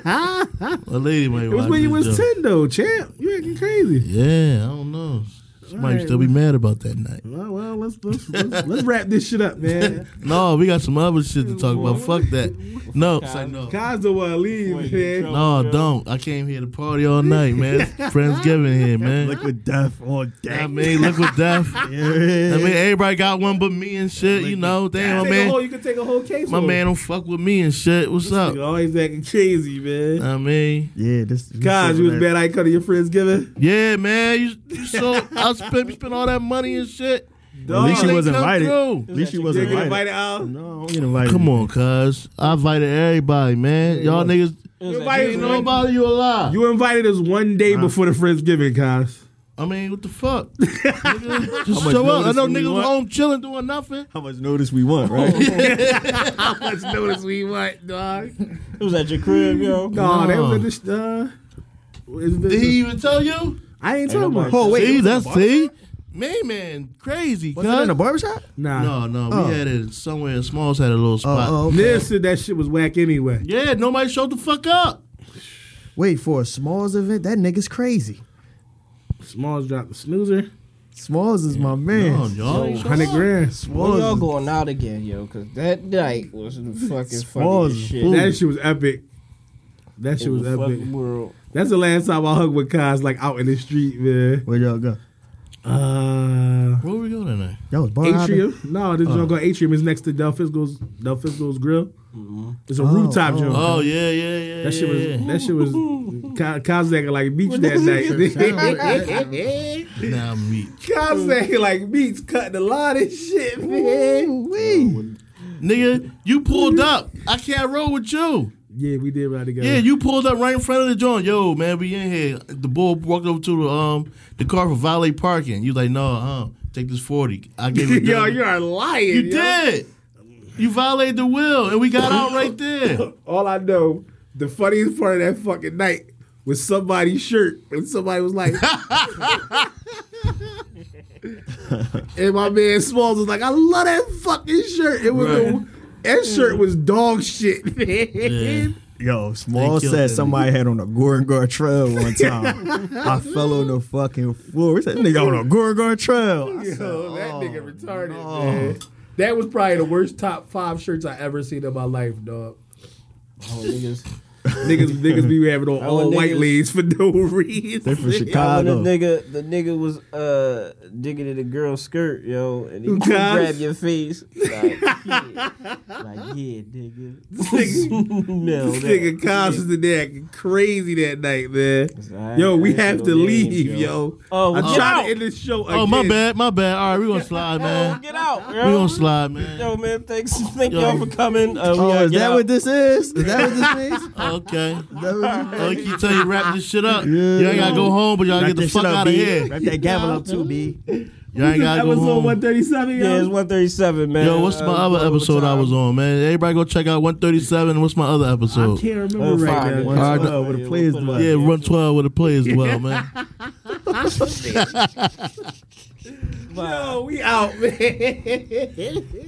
A lady might it was watch when you this, was though. ten, though, champ. You acting crazy. Yeah, I don't know. She might Alright, still be mad about that night. Well, well let's let's, let's *laughs* let's wrap this shit up, man. No, we got some other shit to talk about. Fuck that. No, it's like, no, Guys don't want to Boy, leave, you in man. trouble, no, yo. don't. I came here to party all night, man. It's Friendsgiving here, man. Liquid death on deck. I mean, look with death. I Yeah. mean, everybody got one but me and shit. You know, damn, Take my a whole, man. you can take a whole case. My over. man don't fuck with me and shit. What's up? You always acting crazy, man. I mean. yeah, this. this Guys, shit you was that- bad icon of your friends giving. Yeah, man. You, you so I spent you spent all that money and shit. At least you They was come invited. through. At least you was They get invited. invited out. No, I don't get invited. Come on, cuz. I invited everybody, man. Y'all It niggas was Nobody- like, ain't nobody you alive. You invited us one day before the Friendsgiving, guys. I mean, what *laughs* the fuck? Nigga, Just much show up. I notice know do we niggas was want? home chilling doing nothing. Oh, How much notice we want, right? *laughs* Let's notice we what, dog. it was at your crib, yo. No, they No. was at the. Uh, it's been- Did he even tell you? I ain't talking nobody- about. oh wait, see, was it that's see? Man, man, crazy, was that in a cuz. barbershop? Nah. No, no, Oh. we had it somewhere in Smalls had a little spot. Oh, okay. Liz said that shit was whack anyway. Yeah, nobody showed the fuck up. Wait for a Smalls event. That nigga's crazy. Smalls dropped the snoozer. Smalls is my man. No, y'all ain't show 100 up. grand. When y'all Smalls is- going out again, yo? Because that night was the fucking funny Smalls as is shit. fool. That shit was epic. That shit In was the epic. fucking world. That's the last time I hung with Kaz, like out in the street, man. Where y'all go? Uh, Where we going tonight? Y'all was bar hopping. Atrium? No, this joint called Atrium is next to Del Fisco's Del Fisco's Grill. It's a rooftop oh. joint. Oh yeah, yeah, yeah. That shit was yeah. *laughs* that shit was Kaz acting like beach that night. Nah, meat. Kaz acting like beach cutting a lot of shit, man. Ooh-wee. Nigga, you pulled up. I can't roll with you. Yeah, we did ride together. Yeah, you pulled up right in front of the joint. Yo, man, we in here. The boy walked over to the um the car for valet parking. You like, no, huh? Take this forty. I *laughs* gave it. yo, to him. you are lying. You yo. did. You violated the will, and we got out right there. All I know, the funniest part of that fucking night was somebody's shirt, and somebody was *laughs* like, and my man Smalls was like, I love that fucking shirt. It was Right. the, that shirt was dog shit, man. *laughs* Yo, Small They killed that said somebody had on a Gorngar Trail *laughs* one time. I fell on the fucking floor. He said, nigga on a Gorngar Trail. I said, Yo, that nigga retarded, no. man. That was probably the worst top five shirts I ever seen in my life, dog. Oh, niggas, niggas, niggas be having on *laughs* Our all white niggas- ladies for no reason. They *laughs* Yo, Oh, when from the Chicago. nigga, the nigga was uh, digging at a girl's skirt, yo, and he Who does? grabbed your face. Like, yeah, like, yeah nigga. no, *laughs* This nigga Cobbs is in there acting crazy that night, man. alright. Yo, we I ain't have no to games, leave, yo. yo. Oh, I'm get trying out. to end this show again. Oh, my bad, my bad. All right, we gonna slide, man. Get out, We yo. gonna slide, man. Yo, man, thanks. Thank Yo. y'all for coming. Uh, we Oh, gotta is get that out. what this is? Is that what this *laughs* means? Is Okay. that what I keep telling you, wrap this shit up. Yeah. Y'all gotta go home, but y'all Wrap get the that fuck shit up, out of B. here. Wrap that gavel up too, B. Y'all ain't gotta go Episode home. 137, yo. Yeah, it's 137, man. Yo, what's my Uh, other over episode I time. was on, man? Everybody go check out 137. What's my other I episode? can't remember Oh, right fine, now. dude. One All right, twelve with yeah, a players we'll put it blood. Yeah, run 12 with the players well, man. Bye. Yo, we out, man.